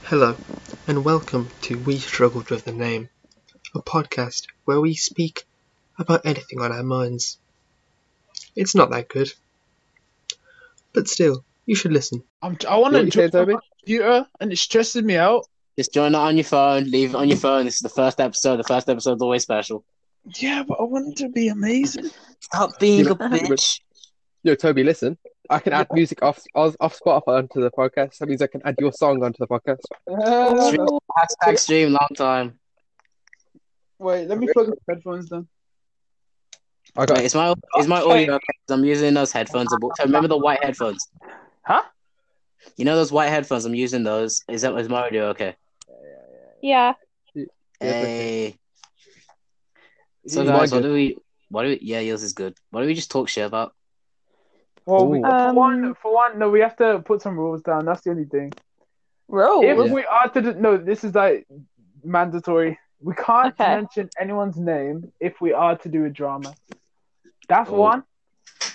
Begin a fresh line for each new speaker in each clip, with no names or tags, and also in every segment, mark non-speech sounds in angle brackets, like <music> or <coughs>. Hello, and welcome to We Struggled with the Name, a podcast where we speak about anything on our minds. It's not that good, but still, you should listen.
I'm, I want
What
to
you say,
join my
Toby?
computer, and it's stressing me out.
Just join it on your phone. Leave it on your phone. This is the first episode. The first episode's always special.
Yeah, but I want it to be amazing.
Stop <laughs> being
Yeah,
a bitch.
Yo, Toby, listen. I can add music off off off Spotify onto the podcast. That means I can add your song onto the podcast.
Stream, hashtag stream long time.
<laughs> wait, let me plug the headphones then.
I got
Wait, is my is my audio okay? 'Cause I'm using those headphones. above- So remember the white headphones?
Huh?
You know those white headphones? I'm using those. Is that is my audio okay?
Yeah.
Yeah, okay.
Hey. So
Is
guys,
mine
what do we? What do we? Yeah, yours is good. What do we just talk shit about?
Well, we,
Ooh.
for one,
Um,
for one, no, we have to put some rules down. That's the only thing. If
Rules.
we are to, do- no, this is like mandatory. We can't
Okay.
mention anyone's name if we are to do a drama. That's
Oh.
one.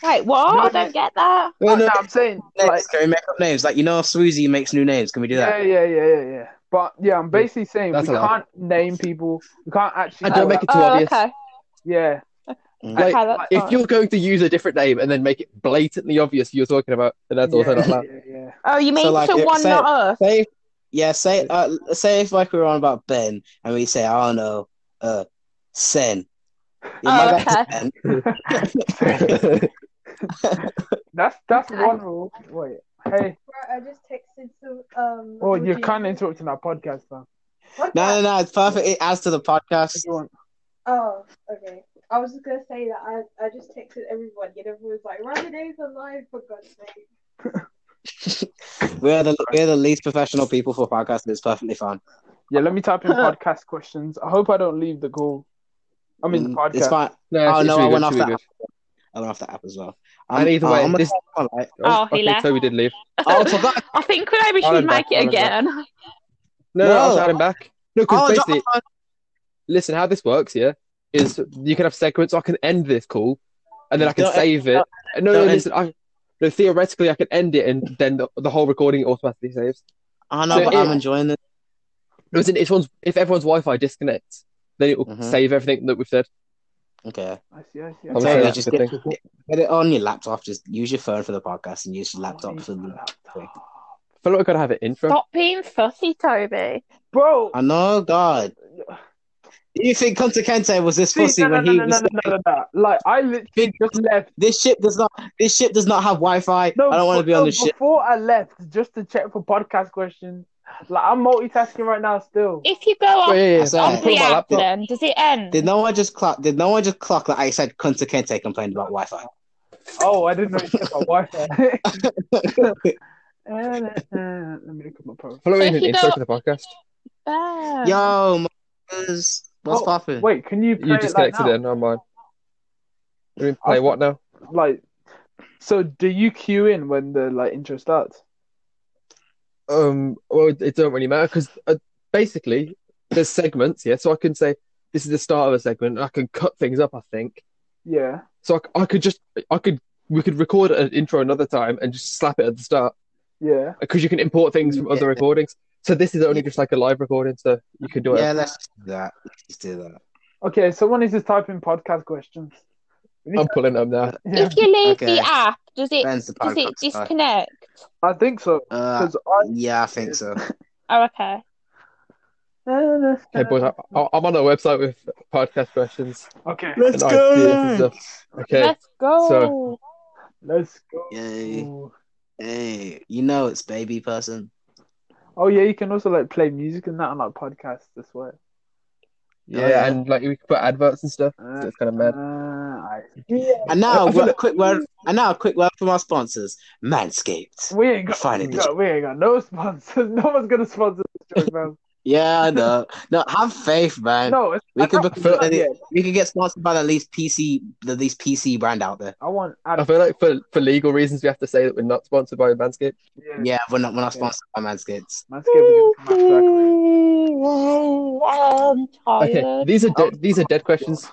Wait, what?
No,
I don't get that.
No, Oh, no, I'm saying like,
can we make up names? Like you know, how Swoozy makes new names. Can we do
yeah,
that?
yeah, yeah, yeah, yeah. But yeah, I'm basically saying
That's
we
allowed.
can't name people. We can't actually.
And don't make it too
oh,
obvious.
okay.
Yeah.
Like,
okay, that's
if
fine.
you're going to use a different name and then make it blatantly obvious you're talking about, then that's also
yeah,
not allowed.
yeah, yeah.
Oh, you mean
So, like,
to
if-
one,
say-
not
<laughs>
us?
Say, yeah, say, uh, say if like we were on about Ben and we say, I don't know, uh, Sen. Yeah, my
Oh,
guy's
okay.
Sen.
That's that's
Okay.
one rule. Wait, hey.
Right, I just texted some. Um,
Oh, you're
Georgie.
kind of interrupting our podcast, man.
What the-
<laughs> No, no, no, it's perfect. It adds to the podcast.
Everyone,
Oh, okay. I was just gonna say that I, I just texted everyone, and everyone's like, "Run the days alive for God's sake."
We're the we're the least professional people for podcasts. and It's perfectly fine.
yeah, let me type in podcast questions. I hope I don't leave the call. I mean, the
Mm,
podcast.
It's fine.
No,
Oh
it's- it's
no,
really
I
good,
went off
it's
that.
really
App. I went off that app as well.
And either
uh,
way,
I'm gonna
this-
say I'm alright.
good.
Oh, he
okay,
left.
Toby did leave.
Oh, I forgot.
I think we maybe
I'll
should
add back,
make it
I'll add back.
again.
No, no, I'll
No.
shout him back. No, because
Oh, I dropped my
basically,
phone.
listen, how this works, yeah, is you can have segments. I can end this call, and then I can
Don't end-
save it. No, no,
don't end-
listen, I, no, theoretically, I can end it, and then the, the whole recording automatically saves.
I know,
So
but
it-
I'm enjoying this.
No, as in, if one's, if everyone's Wi-Fi disconnects, then it will
Mhm.
save everything that we've said.
Okay.
I see, I see.
I would
So
say
yeah,
that's
just
a good
get, get it on your laptop. Just use your phone for the podcast and use your laptop for the.
I feel like I gotta have an intro.
Stop being fussy, Toby.
Bro,
I know, God. Do you think Kunta Kente was this
see,
fussy
no, no,
when
no,
he
no,
was
no, no, no, no, no. Like, I literally just left.
this ship does not this ship does not have Wi-Fi.
No,
I don't want to
but-
be on
no,
this ship.
Before I left, just to check for podcast questions. Like, I'm multitasking right now still.
If you go off
Wait, yeah, yeah,
That's
I'm
it.
pulling
the
my
app,
laptop.
then does it end?
Did no one just clock? Did no one just clock that I said Kunta Kente complained about Wi-Fi?
Oh, I didn't know you said my wife. <laughs>
<laughs>
Eh, Let me look at my profile.
I feel like we need
If
an
you
intro
go-
for the podcast.
Ah.
Yo, motherfuckers, what's
Oh,
popping?
Wait, can you play
You
it
disconnected
like
it. No, mine. Let me play
I'll-
what now?
now? Like, so do you queue in when the like intro starts?
Um, well, it, it don't really matter because uh, basically there's segments. Yeah, so I can say this is the start of a segment, and I can cut things up. I think
Yeah.
so. I c- I, could just, I could, we could record an intro another time and just slap it at the start
Yeah.
because you can import things from other
Yeah.
recordings. So this is only just like a live recording, so you can do it.
yeah, let's just do that. Let's just do that.
Okay, someone needs to type in podcast questions. <laughs>
I'm pulling them now.
Yeah,
If you leave
Okay.
the app, does it
Ben's the
does it
podcast guy.
disconnect?
I think so.
Uh,
'cause I...
yeah, I
<laughs>
think so.
Oh, okay.
Okay, boys, I, I- I'm on a website with podcast questions
Okay,
Let's
and ideas
go.
and stuff. Okay,
Let's go.
so-
let's go.
Yay! Hey, you know it's baby person.
Oh yeah, you can also like play music and that on like podcasts as well.
yeah, and like we could put adverts and stuff. So it's kind of mad.
Uh, I...
And now,
I feel
a
like-
quick word. And now, a quick word from our sponsors, Manscaped.
We ain't got,
Finding this.
no, we ain't got no sponsors. <laughs> No one's gonna sponsor this joke, man.
Yeah, I know. No, have faith, <laughs> man.
No, it's,
We
I
could
don't-
become-
yeah,
We could get sponsored by the least PC, the least PC brand out there.
I want.
I feel like for, for legal reasons, we have to say that we're not sponsored by
Mm.
Manscaped.
yeah,
Yeah, we're not we're not sponsored by Manscaped. <laughs>
Manscaped is gonna come after
I'm tired.
Okay, these are dead, these are dead questions.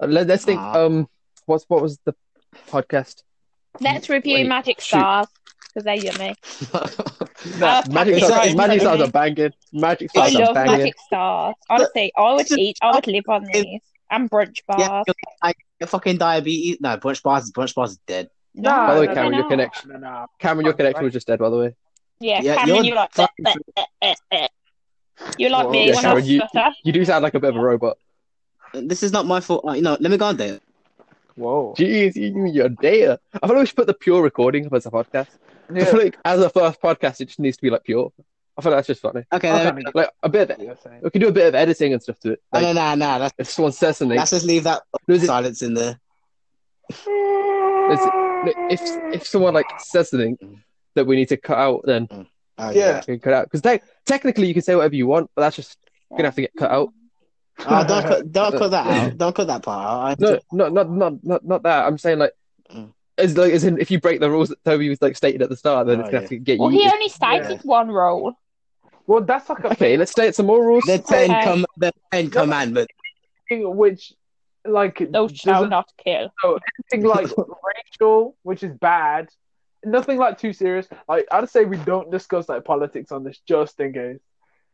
Uh, Let, us think.
Oh. Ah.
Um, what's what was the podcast?
Let's review
Wait,
Magic
shoot.
Stars. because they're yummy. Uh,
Nah,
love
magic
pancakes,
sauce,
don't
magic
you?
sauce are banging. Magic
I
sauce are
love
banging.
magic stars. Honestly, I would
Just-
eat, I would live on
it-
these. And brunch
Yeah,
bars.
you're like your fucking diabetes. No, brunch bars. Brunch bars dead.
No,
Nah,
By the way,
they're
Cameron, your
not.
connection-
No, no.
Cameron, your connection was just dead, by the way.
Yeah,
Yeah,
Cameron,
you're
you're like,
fucking-
"Eh, eh, eh, eh, eh." <laughs> you're like
Whoa.
me
Yeah,
when
Cameron,
I
you-
stutter.
You do sound like a bit of a robot.
This is not my fault. Uh, you know, let me go on there.
Whoa.
Jeez, you knew your data. I thought we should put the pure recording up as a podcast. I
Yeah.
feel like as a first podcast, it just needs to be like pure. I thought that's just funny.
Okay,
I
there
kinda
we
get
Like a bit.
what you're
<laughs>
saying.
We can do a bit of editing and stuff to it.
go.
Like
No, no, no, no.
if someone says something,
Let's just leave that
no, is it-
silence in there.
is it- no, if if someone like says something that we need to cut out, then
Oh,
Yeah.
we can cut out. Because technically, you can say whatever you want, but that's just gonna have to get cut out.
Oh, don't cut, don't cut that out. Don't cut that part out. I,
No, not not not not not that. I'm saying like.
Mm.
As, like, as in, if you break the rules that Toby was like stated at the start, then
Oh,
it's gonna
yeah.
have to get
Well,
you.
he only stated
Yeah.
one role.
Well, that's like a
Okay, let's stay at some more rules.
The ten
Okay.
com- the ten commandments.
thing which, like,
Thou
doesn't-
shalt not kill.
nothing like racial, which is bad. Nothing like too serious. Like I'd say we don't discuss like politics on this, just in case.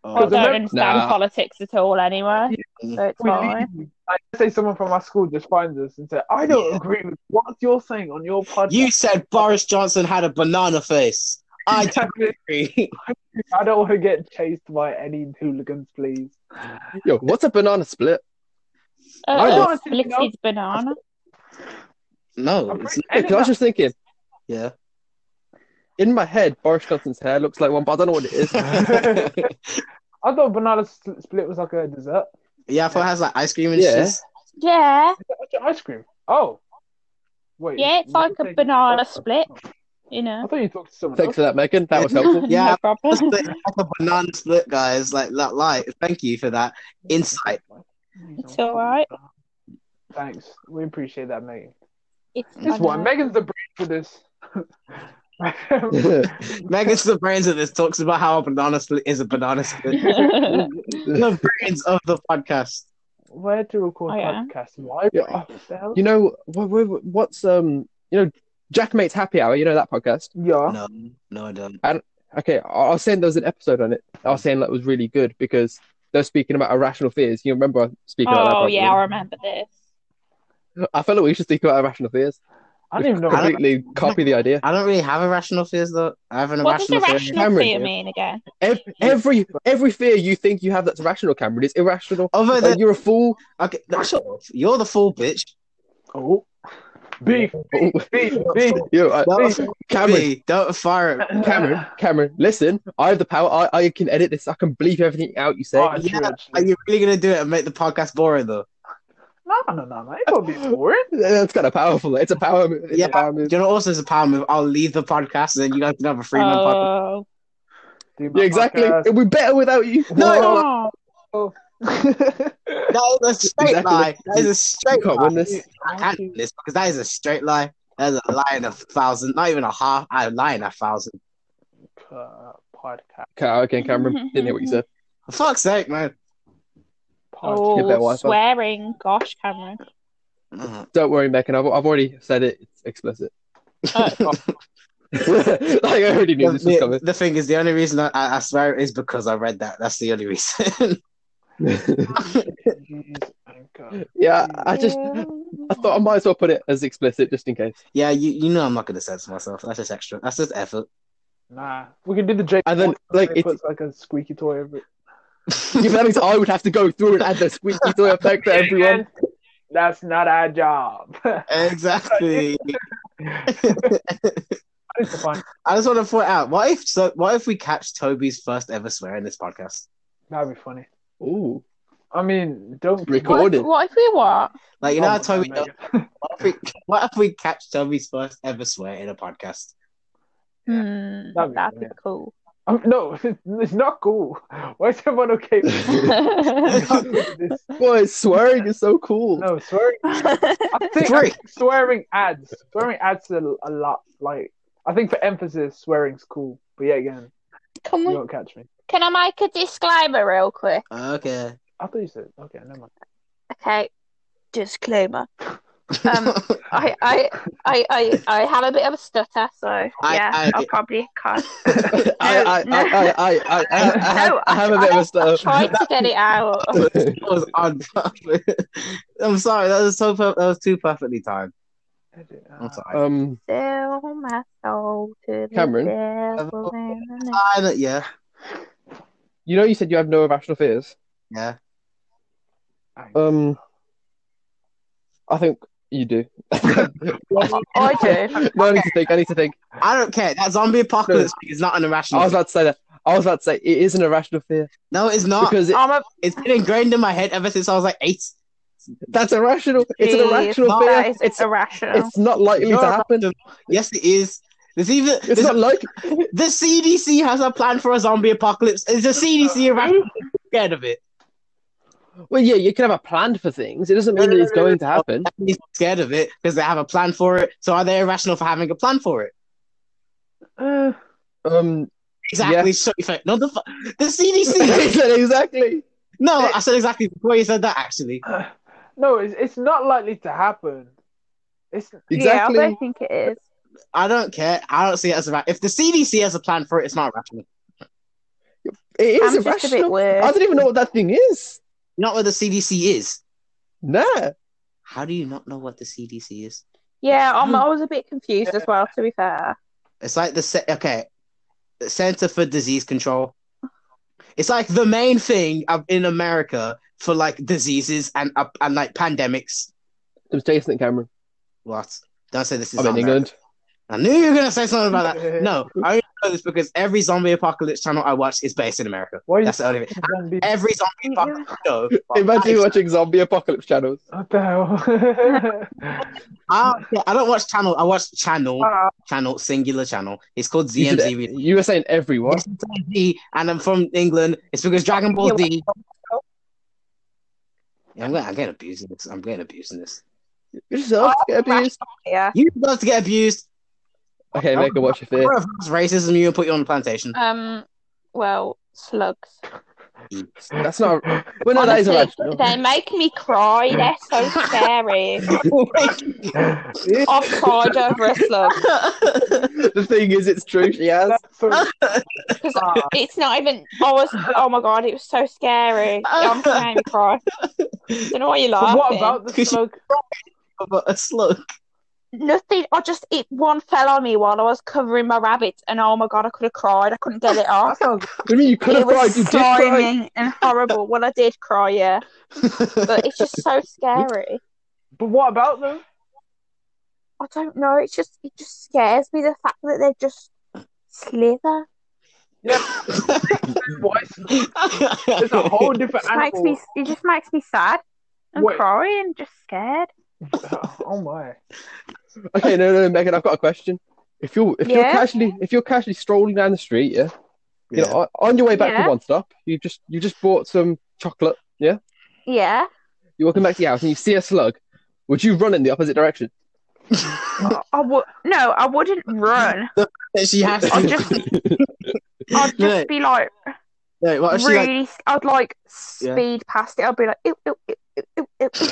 I
Oh,
the
don't
mem-
understand
Nah.
politics at all anyway.
Yeah.
So it's
We
<laughs>
fine.
leave. Like, say someone from our school just finds us and say, "I don't
Yeah.
agree with what you're saying on your podcast." <laughs>
you said Boris Johnson had a banana face. I agree.
I don't want to get chased by any hooligans, please.
Yo, what's a banana split?
Uh,
I
uh,
don't think
splits
so.
his banana.
no,
I'm
it's,
pretty-
Because I was just thinking,
yeah.
in my head, Boris Johnson's hair looks like one, but I don't know what it
<laughs>
is.
I thought banana s- split was like a dessert.
yeah, I thought it has like ice cream and
Yeah.
shit.
Yeah,
Is that like ice cream? Oh, wait.
yeah, it's
you
like a
said-
banana split, you
I
know.
thought you talked to someone
Thanks
else.
for that, Megan. That was
<laughs>
helpful. <laughs>
Yeah.
<laughs> no problem.
Split, like a banana split, guys. Like that light. Thank you for that insight.
It's all right.
Thanks. We appreciate that, Megan.
It's
This
I
one,
<laughs> know.
Megan's the brain for this.
<laughs>
Megan's the brains of this talks about how a banana split is a banana
<laughs>
split. the brains of the podcast.
Where to record
Oh, yeah.
podcasts? Why?
Yeah.
What the hell?
you know, what, what- what's, um, you know, Jack Mate's Happy Hour, you know that podcast?
Yeah.
No, no, I don't.
Okay, I, I was saying there was an episode on it. I was saying that was really good because they were speaking about irrational fears. You remember speaking about that?
Oh
probably?
yeah, I remember this.
I felt like we should speak about irrational fears.
I don't even know.
I don't-
Completely copy the idea.
I don't really have irrational fears though. I have an
What does
irrational fear.
irrational
Cameron
fear
here.
mean again?
Ev- Every every fear you think you have that's irrational, Cameron, is irrational.
Other
Like
than
you're a fool.
okay, no, shut up. You're the fool, bitch.
Oh. Beef, beef,
<laughs>
beef.
Yo, I-
Don't,
uh, Cameron,
me. don't fire at
<laughs> Oh,
Cameron, Cameron, listen. I have the power. I, I can edit this. I can bleep everything out you say.
Oh, it's
Yeah.
true,
Are
actually.
you really gonna do it and make the podcast boring though?
No, no, no, no. It won't
<laughs>
be boring.
That's kind of powerful. It's a power move. It's
Yeah.
a power
Do
move.
you know what also is a power move? I'll leave the podcast and then you guys can have a free man podcast.
Oh,
Do my
Yeah, exactly.
podcast.
It'll be better without <laughs> you.
No,
Oh,
<laughs>
that is a straight
Exactly.
lie. That is a straight
You can't
lie.
win this.
I can't do this because that is a straight lie. That is a lie and a thousand, not even a half. I lie and a thousand.
Uh, podcast.
Okay, okay, Cameron. Didn't hear what you said.
For fuck's sake, man.
podcast.
Give that
oh,
Wi-Fi.
swearing. Gosh, Cameron.
Mhm.
Don't worry, Megan. I've, I've already said it. It's explicit. <laughs>
Oh,
like, I already knew this was
The,
coming.
the thing is, the only reason I, I I swear it is because I read that. That's the only reason. <laughs>
uh,
<laughs> Jeez, anchor.
<laughs> yeah, I just I thought I might as well put it as explicit just in case.
yeah, you, you know I'm not going to censor myself. That's just extra. That's just effort. <laughs>
Nah, we can do the J.
And then, like,
it
it's-
puts like a squeaky toy over it.
Yeah, but that means I would have to go through and add the squeaky toy effect to everyone.
That's not our job. <laughs> I
Exactly. <laughs>
need to find-
I just want to point out what if so what if we catch Toby's first ever swear in this podcast?
That'd be funny.
Ooh,
I mean, don't
Record.
what,
Recorded.
what if we what?
Like you know,
Oh
how
my
Toby.
God, Megan.
What if, we, what if we catch Toby's first ever swear in a podcast?
Hmm,
That'd be
that'd be
brilliant.
cool. <laughs>
Um, no, <laughs> it's not cool. Why is everyone okay? with
<laughs>
this?
boys, swearing is so cool.
no, swearing. I think I
Three.
think swearing adds. Swearing adds a, a lot. Like, I think for emphasis, swearing's cool. But yeah, again,
Can
you
we?
won't catch me.
Can I make a disclaimer real quick?
Okay.
I thought you said okay. Never mind.
Okay, disclaimer. Um, I, I, I, I, I have a bit of a stutter, so
I-
yeah,
I-
I, will probably cut.
<laughs> <laughs> I, I,
no.
I, I, I, I, I, have,
No,
I have a bit of a stutter.
Try to get it out.
That was odd. <laughs> I'm sorry. That was so. Per- that was too perfectly timed.
uh,
I'm
<laughs>
sorry.
um,
Sell my soul to the
Cameron?
devil in the name-
I don't- yeah,
you know, you said you have no irrational fears.
yeah.
Um, I think you do. <laughs>
I do.
No, I need to think. I need to think.
I don't care. That zombie apocalypse thing is not an irrational.
I was about to say that. I was about to say it is an irrational fear
thing. no, it's not.
because it,
I'm a
it's been ingrained in my head ever since I was like eight.
that's irrational. It's an
Jeez,
irrational
that
fear.
is
It's
irrational.
it's not likely to
You're
happen.
Yes, it is. There's even
It's
there's
not like
the CDC has a plan for a zombie apocalypse. Is the <laughs> CDC irrational? scared of it?
well, yeah, you can have a plan for things. It doesn't mean
No,
that
no,
it's
no, no,
going to happen.
He's scared of it because they have a plan for it. So are they irrational for having a plan for it?
uh,
Um, <laughs>
Exactly. Shut your face. No, the fu- the CDC.
<laughs> exactly.
no, I said exactly before you said that. Actually,
no, it's, it's not likely to happen. It's
Yeah, I
Exactly.
don't think it is.
I don't care. I don't see it as a ra- if the CDC has a plan for it, it's not rational.
It
I'm
is
just a bit
irrational.
weird.
I don't even know what that thing is.
Not what the CDC is.
Nah.
How do you not know what the CDC is?
Yeah, I'm, I was a bit confused as well, to be fair.
It's like the se- okay, the Center for Disease Control. It's like the main thing of- in America for like diseases and uh, and like pandemics.
It was Jason and Cameron.
What? Don't say this is
I'm in
not
England.
I knew you were gonna say something
<laughs>
about that. No, I only know this because every zombie apocalypse channel I watch is based in America.
Why
That's the only thing. <laughs>
zombie?
Every zombie apocalypse show.
Imagine you watching zombie apocalypse channels.
What the hell? <laughs>
I don't, care. I don't watch channel. I watch channel,
Oh,
channel, singular channel. It's called
You, should-
ZMTV.
you were saying everyone.
It's Z, and I'm from England. It's because Dragon Ball Z. Yeah, I'm gonna, I'm getting abused in this. I'm getting abused in this.
You deserve to get abused.
yeah.
You love to get abused.
Okay, make a watch your fear.
We're against racism. You and put you on the
<laughs>
plantation.
Um. Well, slugs.
That's not. Well, no, Oh, that is
Honestly,
irrational.
they make me cry. They're so
<laughs>
scary. I've cried over a slug
<laughs> the thing is, it's true. She has.
That's so-
because
Ah.
it's not even. I was. Oh my god, it was so scary. Yeah, I'm trying to cry. Don't know why you're
So
laughing.
what about the
Because you-
slug?
<laughs> But a slug. <laughs>
Nothing. I just it one fell on me while I was covering my rabbits, and oh my god, I could have cried. I couldn't get it
That
off.
sounds
What do you mean you <laughs> could have
<laughs> it was
cried? You did cry.
sliming and horrible. Well, I did cry, yeah, but it's
<laughs>
just so scary.
But what about them?
I don't know. It's just it just scares me the fact that they're just slither.
What's It's a whole different
It makes
animal. <laughs>
me. It just makes me sad and
Wait.
crying and just scared.
Oh my!
Okay, no, no, Megan, I've got a question. If you're if you're
Yeah?
casually if you're casually strolling down the street, yeah, you know, on on your way back
Yeah.
to one stop, you just you just bought some chocolate.
Yeah.
You're walking back to your house and you see a slug. Would you run in the opposite direction?
I would no. I wouldn't run.
That <laughs> she has
<laughs>
to. <laughs>
I'd
<laughs>
just.
Look,
I'd just be like
look, what if she like?
really. I'd like
Yeah.
speed past it. I'd be like. Ew, ew, ew, ew, ew, ew.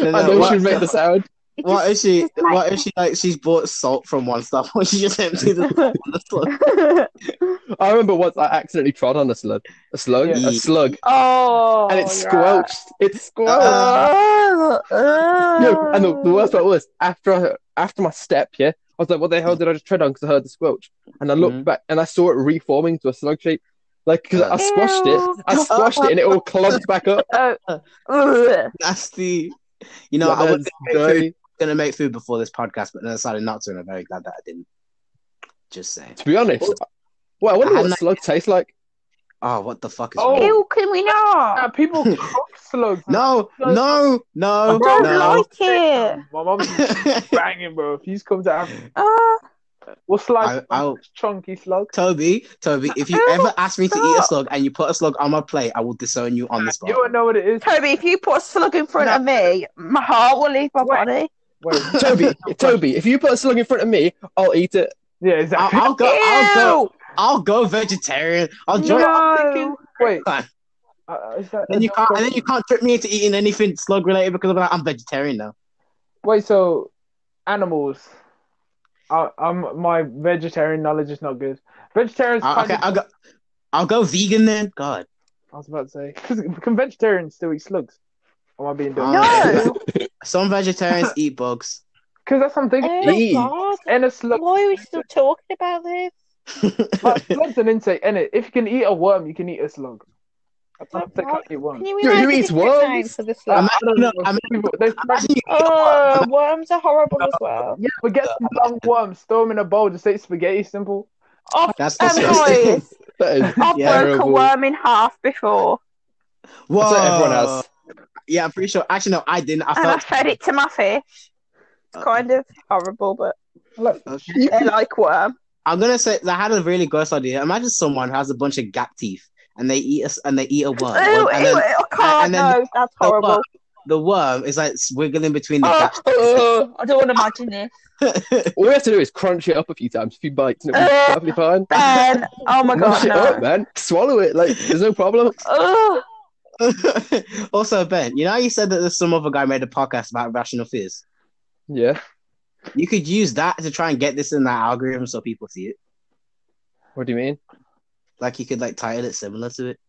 No,
I
no,
know
what-
she'd make the sound.
It
What if she?
just like-
What if she like? She's bought salt from one stuff, <laughs> or she just emptied
<laughs>
the salt on the slug.
just-
I remember once I accidentally trod on a slug, a slug,
Yeah.
a slug,
<laughs> oh.
and it
right.
squelched. It Ah, squelched.
Oh,
No, and the, the worst
oh. Mm.
part was after I, after my step, yeah, I was like, "What the hell did I just tread on?" Because I heard the squelch, and I
Mm-hmm.
looked
Mhm.
back and I saw it reforming to a slug shape, like because I
Uh.
squashed
Ew.
it, I squashed it, and it all clogged back up.
Oh, ugh.
Nasty. You know,
Like,
I was
that's
going
dirty.
to make food before this podcast, but then I decided not to, and I'm very glad that I didn't. Just saying.
To be honest, well, I wonder
I
what
like-
slug tastes
<laughs>
like.
Oh, what the fuck is
Oh.
wrong?
Ew, can we
Now
not?
people
<laughs>
cook slugs.
No, no, no,
I don't
no.
like it.
My mom's banging, bro. If you come to Africa,
Oh,
we'll slice
<laughs> I- I'll-
a chunky slug.
Toby, Toby, if you
Oh,
ever ask me to eat a
stop.
slug and you put a slug on my plate, I will disown you on the spot.
You don't know what it is.
Toby, if you put a slug in front of me, my heart will leave my
Wait.
body.
Wait.
Toby, Toby, if you put a slug in front of me, I'll eat it.
Yeah,
<laughs> I'll,
exactly.
I'll go. I'll go.
Ew.
I'll go vegetarian. I'll join.
No.
<laughs>
Wait.
Fine.
Uh, is that
And then you can't. And then you can't trip me into eating anything slug related because I'm, like, I'm vegetarian now.
Wait, so animals. I, I'm my vegetarian knowledge is not good. Vegetarians.
Uh,
kind
okay,
of-
I'll go. I'll go vegan then. God.
I was about to say because can vegetarians still eat slugs? Or am I being dumb?
No!
Because <laughs>
<laughs> Some vegetarians
<laughs>
eat bugs.
that's something.
Oh
Eee.
my god.
And a slug,
Why are we still talking about this?
like, slug's an insect, and it if you can eat a worm, you can eat a slug. I
That
don't think I
right?
can eat worms.
Can you
Dude,
imagine
who eats
different
worms?
names for the
I,
slug?
I don't
No,
know.
I mean-
People- there's
Imagine you eat a worm.
Oh, worms are horrible as well.
Yeah, but get some long worms, throw them in a bowl, just eat spaghetti simple.
I've,
<laughs> <laughs> That's
Um,
disgusting.
guys.
That is
I've
Yeah.
broke a
terrible.
worm in half before,
<laughs> Whoa.
That's what everyone has.
Yeah, I'm pretty sure. Actually, no, I didn't. I
and I
felt.
fed it to my fish. It's
Uh,
kind of horrible, but
Look,
okay.
they like worm.
I'm gonna say I had a really gross idea. Imagine someone who has a bunch of gap teeth and they eat us and they eat a worm,
Ew, ew,
and then
I can't.
and then Oh,
no, that's
the worm-
horrible.
the worm is like wiggling between the
Oh,
gaps.
oh, I don't want to imagine
<laughs>
this.
All you have to do is crunch it up a few times, a few bites, and it'll be
Uh, <laughs>
perfectly fine.
Ben, oh my
Mash
god,
it up,
no.
man. Swallow it. Like, there's no problem.
Oh,
<laughs> also, Ben, you know how you said that there's some other guy made a podcast about rational fears.
Yeah.
You could use that to try and get this in that algorithm so people see it.
What do you mean?
Like you could like title it similar to it.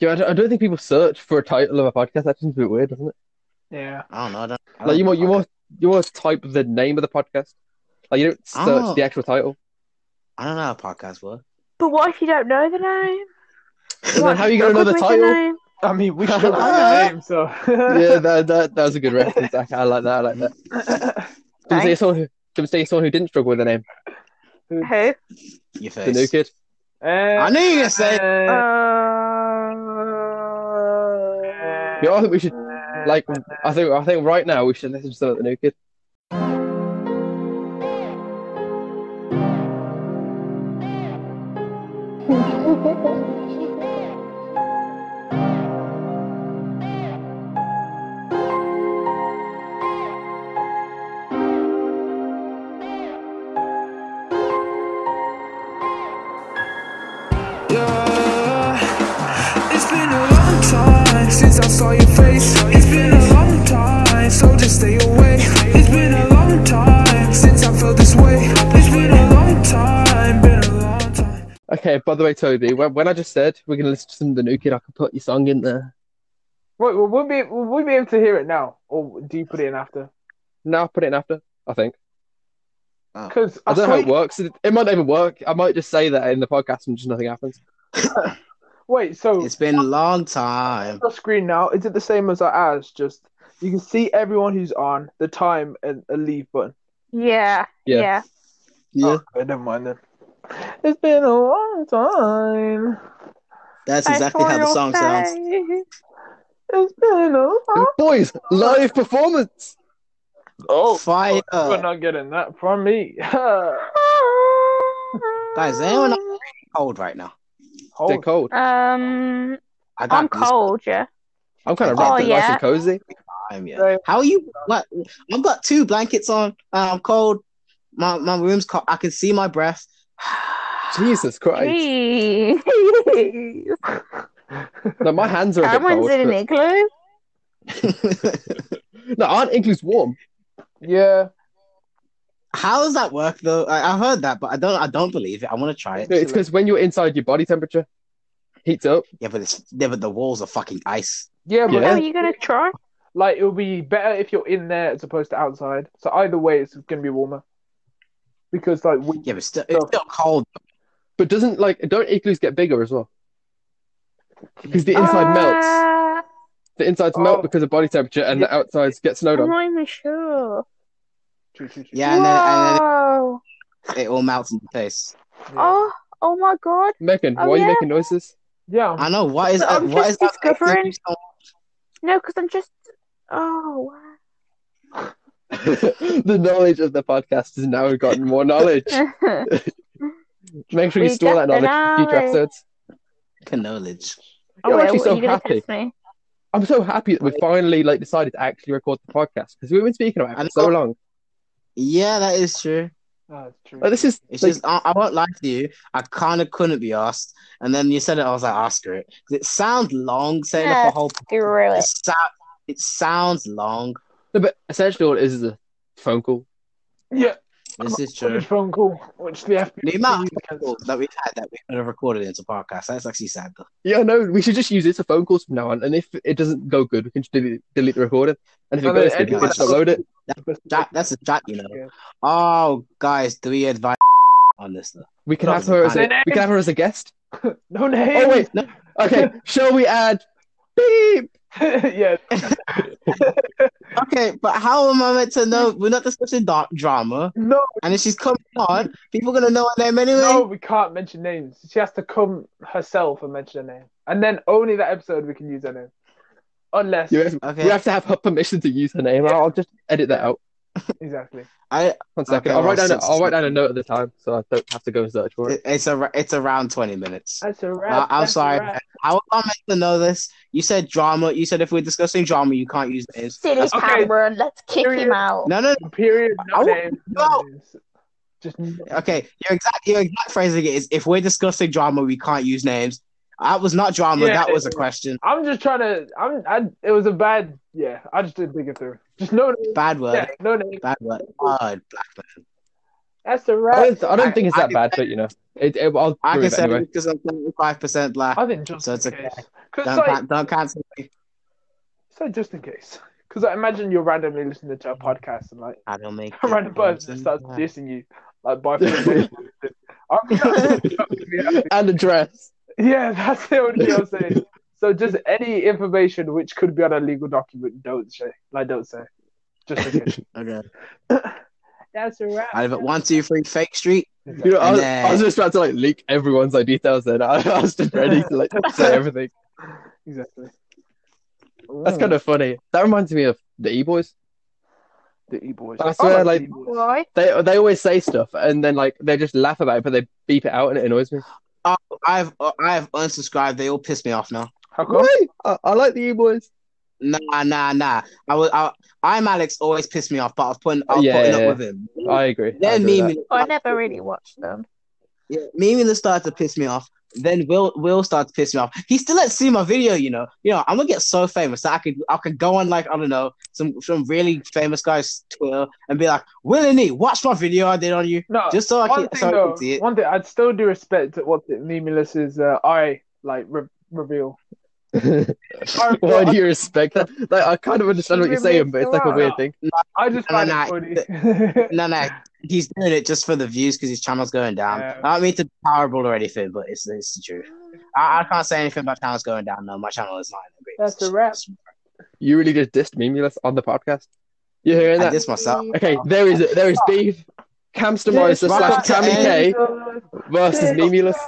Yeah, I don't, I don't think people search for a title of a podcast. That seems a bit weird, doesn't it?
yeah.
I don't know. I don't, I
Like, you
don't-
want, you want, you want to type the name of the podcast. Like, you don't search
Oh.
the actual title.
I don't know how podcasts work.
but what if you don't know
<laughs>
the name?
And
What
then
if
how you
you
gonna know the
struggled with
title?
name?
I mean,
<laughs>
we struggle with
Ah.
the name, so. <laughs>
Yeah, that, that that was a good reference. I, I like that. I like that. Can we say
Thanks.
someone who can we say someone who didn't struggle with the name?
Who?
Your
The new
face.
kid.
I
Uh,
knew you were gonna say it.
uh,
Uh,
Yeah, I think we should like. I think I think right now we should listen to some of the new kid.
Yeah, it's been a long time since I saw your face. It's been a long time, so just stay away. It's been a long time since I felt this way. It's been a long time, been a long time.
Okay. By the way, Toby, when, when I just said we're gonna listen to some of the new kid, I can put your song in there.
wait, will we be will we be able to hear it now, or do you put it in after?
Now I'll put it in after. I think.
Because
I
I,
don't know
swear,
how it works. It, it might not even work. I might just say that in the podcast and just nothing happens.
wait, so
It's been a long time.
the screen now is it the same as ours? Just you can see everyone who's on the time and a leave button.
yeah,
Yeah.
yeah.
Yeah,
Oh, never mind then. It's been a long time.
that's exactly how the
Editorial
song sounds.
phase.
It's been a long.
Boys, live performance.
Oh,
Fire.
you're not getting that from me. <laughs>
Guys, anyone not cold right now?
They're
Hold.
cold.
Um,
I got
I'm cold, yeah.
I'm kind of
Oh,
wrapped in nice
yeah.
and cozy.
Time, yeah.
Yeah.
How are you? What? I've got two blankets on. Uh, I'm cold. My my room's cold. I can see my breath. <laughs>
Jesus Christ!
Jeez.
No, my hands are a bit
Someone's
cold.
in an
but-
igloo.
No, aren't igloos warm?
Yeah.
How does that work though? I, I heard that, but I don't. I don't believe it. I want to try it.
No, it's because when you're inside, your body temperature heats up.
Yeah, but it's yeah, but the walls are fucking ice.
Yeah, but
Oh,
Yeah.
are you gonna try?
like it'll be better if you're in there as opposed to outside. So either way, it's gonna be warmer because like we,
Yeah, but still, it's still cold.
But doesn't like don't igloos get bigger as well? Because the inside melts.
Uh,
The insides
Oh.
melt because of body temperature, and the outsides get snowed
Uh, I'm
on.
not even sure.
Yeah, and then,
Whoa.
and then it all melts in your face.
yeah.
Oh, oh my god.
Megan,
Oh,
why are
yeah.
you making noises? <laughs>
yeah.
I know. What is?
But
Uh,
I'm
what
just
is that?
discovering- No, because I'm just. Oh, wow.
<laughs> the knowledge of the podcast has now gotten more knowledge.
<laughs>
Make sure you
We
store
got
that
the
knowledge for future
knowledge.
episodes.
Knowledge.
I'm
Oh, well,
actually
what, are
so
you gonna
happy.
text me?
I'm so happy that we finally like decided to actually record the podcast because we've been speaking about
I
it for so
know.
long.
Yeah, that is true.
Oh, it's true.
Like, this is
It's
like,
just I, I won't lie to you. I kind of couldn't be asked, and then you said it. I was like, "Ah, screw it." 'Cause It sounds long. Setting up
Yeah.
a whole.
Screw
It,
it.
sou- it sounds long.
no, No, but essentially, all it is is a phone call.
Yeah,
This is true.
<laughs>
huge phone call, which the
The
FBI
amount of people that we've had that we could have recorded into podcast, that's actually sad. Though.
Yeah, no, we should just use it for phone calls from now on. And if it doesn't go good, we can just delete, delete the recording. And if it
And
goes
then
good, we can
anyone
just
else-
upload it.
That, that's a chat, you know.
Yeah.
Oh, guys, do we advise on this? Though?
We can
No,
have her as a,
and then-
we can have her as a guest.
No name.
Oh wait,
No.
okay. <laughs> Shall we add? Beep.
<laughs> yeah,
Okay, but how am I meant to know? We're not discussing da- drama,
no,
and if she's coming on, people gonna know her name anyway.
no, we can't mention names. She has to come herself and mention her name, and then only that episode we can use her name, unless
You have,
Okay,
you have to have her permission to use her name. I'll just edit that out.
exactly.
I,
One second.
Okay,
I'll write
well,
down. A,
since-
I'll write down a note at the time, so I don't have to go and search for it.
it- it's a, it's around twenty minutes.
That's a
Uh,
wrap.
I'm
that's a
sorry.
wrap.
How am I meant to know this? You said drama. You said if we're discussing drama, you can't use names.
Silly
Okay.
Cameron, let's kick him
Period.
out.
No, no.
Period. No
I want-
names.
no.
names. Just
Okay, your exact your exact phrasing is if we're discussing drama, we can't use names. That was not drama.
Yeah.
that was a question.
I'm just trying to. I'm. I. It was a bad. Yeah. I just didn't think it through. Just no name.
Bad word.
Yeah. No name.
Bad word. Hard. Black man.
That's a
I
wrap.
don't, I don't
I-
think it's
I-
that bad, but you know, it, it, I'll agree
I can
with it
say
anyway.
it because I'm five percent black.
I think just
So
in
it's okay.
case. Because
Don't,
like,
can- don't cancel me.
so just in case. Because I imagine you're randomly listening to a podcast and like <laughs>
I don't make.
a random person starts dissing you like by <laughs> I'm-
and address.
Yeah, that's the only thing I'm saying. So just any information which could be on a legal document, don't say. Like don't say. Just in case.
Okay.
<laughs> that's a wrap.
I live at one two three Fake Street.
You know, I
And
was,
then-
I was just about to like leak everyone's like details. Then <laughs> I, I was just ready to like say everything.
Exactly.
That's kind of funny. That reminds me of the E Boys.
the e boys.
I swear, like-
Why?
They they always say stuff and then like they just laugh about it, but they beep it out and it annoys me.
I've uh, I've unsubscribed. They all piss me off now.
how come?
Why? I, I like the E Boys.
Nah, nah, nah. I was I, I'm Alex. Always pissed me off, but I was putting I was
Yeah,
putting
yeah.
up with him.
I agree. I
Then
agree with
Mimi, <laughs>
I never really watched them.
yeah, Mimi that started to piss me off. Then Will Will started to piss me off. He still let see my video, you know. You know, I'm gonna get so famous that I could I could go on like I don't know some some really famous guy's Twitter and be like, Will and E, watch my video I did on you,
No,
just so I
Uh, one
can
thing
so I
though,
can see it.
one thing I'd still do respect to what the Memulus's uh, eye like re- reveal.
that.
I,
<laughs> Why do
I,
you respect that? Like, I kind of understand what you're saying, but it's like a weird thing.
I just
No,
find
no,
it funny.
No, no, he's doing it just for the views because his channel's going down.
Yeah.
I don't mean to be horrible or anything, but it's it's the truth. I, I can't say anything about channel's going down. No, my channel is not. in the
That's
greatest.
a wrap.
You really just dissed Mimulus on the podcast. You hearing
I
that?
diss myself.
Okay, there is there is beef. Camster Morris slash
Yes,
Tammy K versus Mimulus.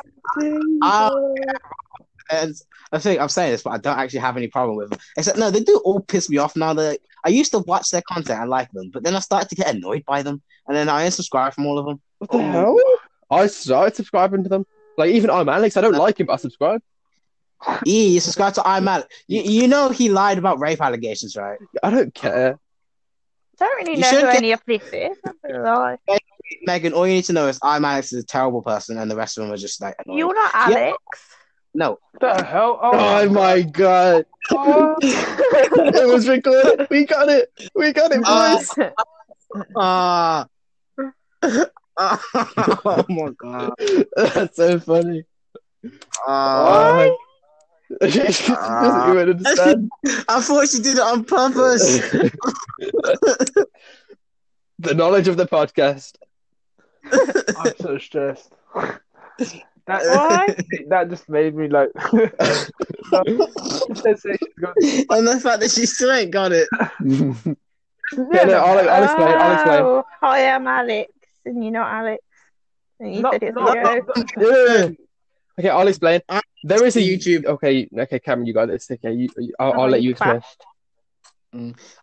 Ah, and I think I'm saying this, but I don't actually have any problem with them. Except no, they do all piss me off now. They I used to watch their content and like them, but then I started to get annoyed by them, and then I unsubscribed from all of them.
What the hell? Oh, I started subscribing to them. Like even I'm Alex. I don't like him, but I subscribe.
Yeah, E, you subscribe to I'm Alex. You, you know he lied about rape allegations, right?
I don't care.
Don't really
You
know who
shouldn't get-
any of this is. I'm gonna lie.
Megan, all you need to know is I'm Alex is a terrible person, and the rest of them are just like annoying.
You're not Alex.
No,
<laughs> the hell? Oh,
Oh my god! It was recorded. We got it. We got <laughs> it,
Uh,
<laughs>
boys.
ah, <laughs> oh my god,
That's so funny.
Ah.
<laughs> Oh my- She just doesn't even understand.
I thought she did it on purpose.
<laughs> the knowledge of the podcast.
I'm so
<laughs>
stressed. That,
Why?
that just made me like. <laughs> Sensation's gone.
and the fact that she still ain't got it.
yeah, no, I'll, I'll explain. I'll explain.
Oh, hi, I'm Alex, and you're not Alex. And you
No,
said it's
no,
a joke.
Yeah. Okay, I'll explain.
Ah,
There is a
YouTube.
Okay, okay, Cameron, you got this. Okay, you, you- I'll, I'll let you explain.
crashed.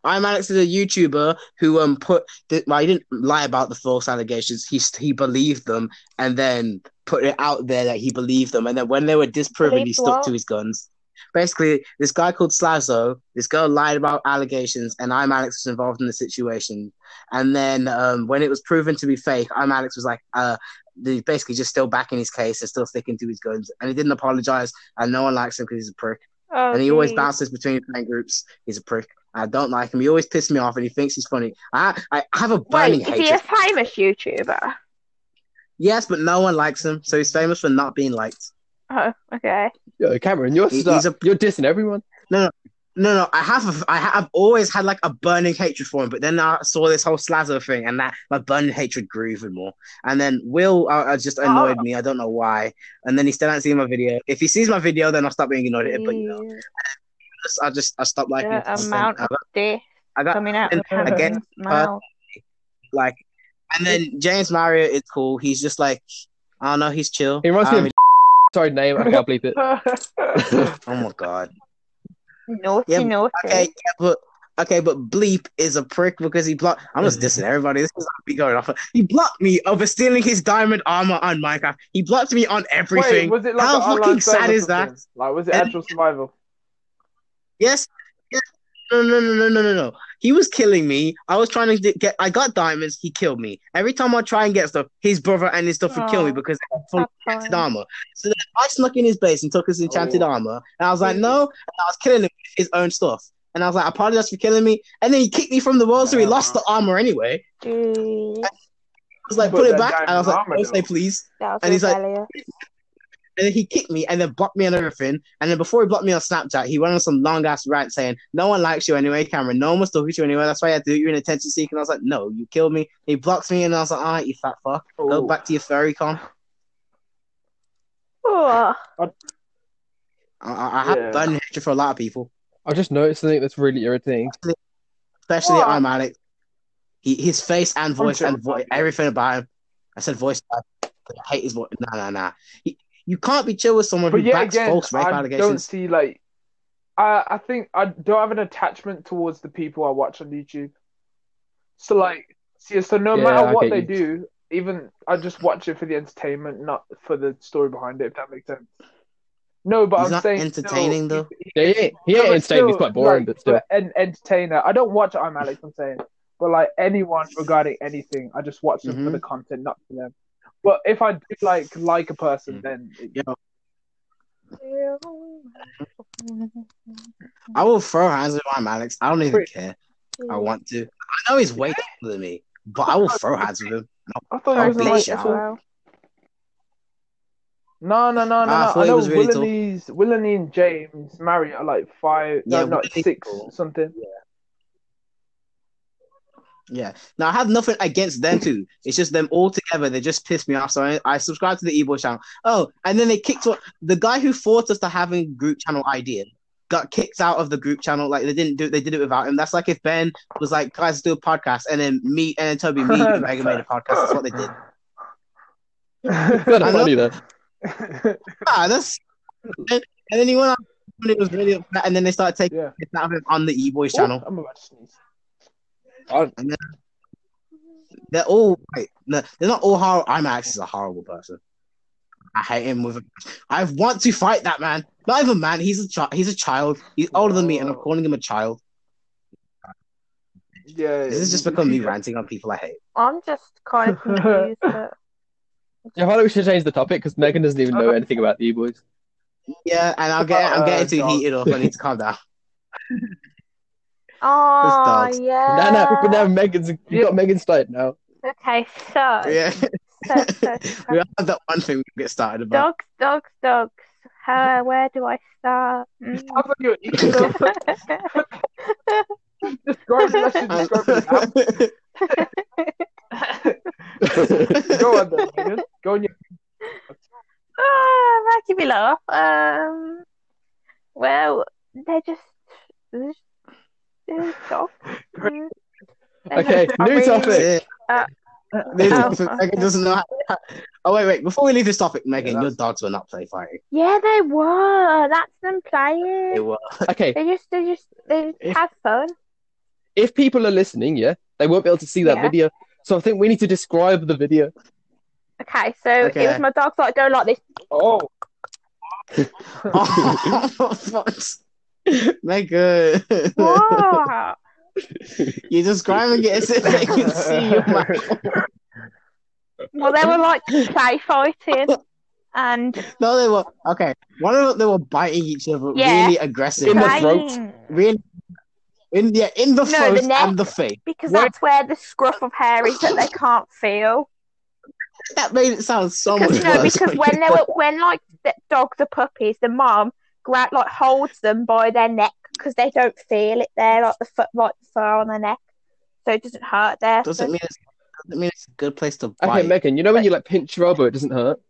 I'm Alex is a YouTuber who um put the, well, he didn't lie about the false allegations. He he believed them and then put it out there that he believed them. And then when they were disproven, he
Believed
stuck
what?
to his guns. Basically, this guy called Slazo, this girl lied about allegations, and I'm Alex was involved in the situation. And then um, when it was proven to be fake, I'm Alex was like, uh, he's basically just still backing his case and still sticking to his guns. And he didn't apologize, and no one likes him because he's a prick
Oh,
and he always
geez.
bounces between fan groups. He's a prick. I don't like him. He always pisses me off, and he thinks he's funny. I I have a burning
Wait, is he
hatred.
a famous YouTuber?
Yes, but no one likes him, so he's famous for not being liked.
Oh, okay.
Yo, Cameron, you're
He-
stuck.
he's a-
You're dissing everyone.
No, no, I have, a, I ha- I've always had like a burning hatred for him, but then I saw this whole Slazo thing, and that my burning hatred grew even more. And then Will uh, uh,
Oh.
just annoyed me. I don't know why. And then he still hasn't seen my video. If he sees my video, then I'll stop being annoyed at him. But you
Mm.
know, just- I just I stopped liking. him.
the amount of death
I uh, got
coming out
and
of his
again,
mouth.
like, and then James Mario is cool. He's just like, I don't know, he's chill.
He reminds
Um,
me of. <laughs> Sorry, name. I can't bleep
<laughs>
it.
<laughs> Oh my god.
Naughty,
Yeah,
naughty.
Okay, yeah, but okay, but Bleep is a prick because he blocked. I'm just dissing everybody. This is not me going off. He blocked me over stealing his diamond armor on Minecraft. He blocked me on
Wait,
everything.
was it like
How
an online
fucking sad
server
is
something? Like, was it
And-
actual survival?
Yes. yes. No, no, no, no, no, no, no. He was killing me. I was trying to di- get. I got diamonds. He killed me. Every time I try and get stuff, his brother and his stuff would kill me
Aw.
because they had full
That's
enchanted
fine.
armor. So then I snuck in his base and took his enchanted
Oh.
armor. And I was like, no. And I was killing him with his own stuff. And I was like, I apologize for killing me. And then he kicked me from the world, so he
Damn.
lost the armor anyway.
Jeez,
I was like,
But
put it
that
back. And I
diamond
was like,
armor,
no,
though.
say please.
that was
And he's like-
rebellious.
And then he kicked me and then blocked me on everything. And then before he blocked me on Snapchat, he went on some long ass rant saying, No one likes you anyway, Cameron. No one wants to talk to you anyway. That's why I do you an attention seeker. And I was like, No, you killed me. He blocked me and I was like, All right, you fat fuck. Go
Oh.
back to your furry con.
Oh,
I, I, I have
Yeah.
burning hatred for a lot of people,
I just noticed something that's really irritating.
especially
What?
I'm Alex. He, his face and voice
sure
and
about
vo-
you.
everything about him. I said voice. I hate his voice. Nah, nah, nah. He, you can't be chill with someone
But
who
yeah,
backs
again,
false rape
I don't
allegations.
see like. I I think I don't have an attachment towards the people I watch on YouTube. So like, see, so no
Yeah,
matter
I
what
get
they
you.
do, even I just watch it for the entertainment, not for the story behind it. If that makes sense. No, but
He's
I'm
not
saying
entertaining,
still,
though.
he-
Yeah, he ain't, he ain't
but
insane. He's
still,
quite boring,
like,
but
<laughs>
still.
for an entertainer. I don't watch I'm Alex. I'm saying, but like anyone regarding anything, I just watch them for
Mhm.
the content, not for them. But if I do like like a person,
Mm.
then it,
Yo, I will throw hands with my Alex. I don't even
Wait.
care. I want to. I know he's way taller than me, but I will throw hands with him.
I thought
Oh,
it was
please,
like
Bleach
yeah.
as well.
No, no, no, no,
Ah, I
no.
thought
I
it
know
was really tall.
Willanese, Willanese and James Marriott are like five, no,
Yeah,
not
Willanese
six,
tall.
something.
Yeah. Now I have nothing against them too. It's just them all together. They just piss me off. So I, I subscribe to the Ebo channel. Oh, and then they kicked what the guy who forced us to having group channel idea got kicked out of the group channel. Like they didn't do. They did it without him. That's like if Ben was like, "Guys, do a podcast," and then me and then Toby, me and Mega made a podcast. That's what they
<laughs>
did.
Kind
I
of
know-
funny though.
Ah, that's. And, and then he went on. And it was really upset. And then they started taking
yeah.
it out of him on the E Boys channel.
Ooh, I'm about to sneeze.
They're all wait, no, they're not all horrible. I'm actually a horrible person. I hate him with. A, I want to fight that man. Not even man. He's a child. He's a child. He's older than me, and I'm
Whoa.
calling him a child.
Yeah.
This has just
you-
become me
you-
ranting on people I hate.
I'm just kind of confused. But...
Yeah, I feel like we should change the topic because Megan doesn't even
<laughs>
know anything about the E-Boys.
Yeah, and I'm getting I'm
Uh,
getting too
dog.
heated up. I need to calm down.
Oh,
dogs. <laughs>
yeah.
No, no, but
<laughs>
now Megan's you've
Yeah.
got Megan started now.
Okay, so.
Yeah,
so,
<laughs>
so, so.
we all have that one thing we can get started about.
Dogs, dogs, dogs. How, where do I
<laughs>
start? Mm.
Sounds like you're eating something.
<laughs>
Describe it, let's just <laughs> describe it now. Go on then, Megan. Go on. your-
Ah, making me laugh. Um, well, they're just, they're just- they're just dogs. Mm. They're
Okay,
just-
new
I'm
topic.
<laughs> Yeah.
Uh,
Maybe-
oh,
Megan doesn't know. How, oh wait, wait. Before we leave this topic, Megan,
Yeah,
your
that's-
dogs will not play fighting.
Yeah, they were. That's them
They
playing.
will.
okay,
They just, they just, they just
If-
have fun.
if people are listening, yeah, they won't be able to see that
Yeah.
video. So I think we need to describe the video.
Okay, so it
Okay.
was my dog's like going
<laughs>
like this.
Oh,
oh, <laughs> fucks. Megan.
Wow.
<laughs> You're describing it as if they can see you.
<laughs>
<laughs>
well, they were like play fighting, and
No, they were okay. One of them they were biting each other
Yeah.
really aggressive.
In the
crying.
throat.
Really In yeah, in the
No, the
throat
neck.
and the face.
because
Where-
that's where the scruff of hair is that they can't feel.
That made it sound so much
Because no,
worse. <laughs>
because when they were when like the dogs are puppies, the mom grab like holds them by their neck because they don't feel it there, like the foot, like the fur on their neck, so it doesn't hurt there.
doesn't mean it's, doesn't mean it's a good place to
Okay,
bite.
Megan, you know when you like pinch your elbow, it doesn't hurt.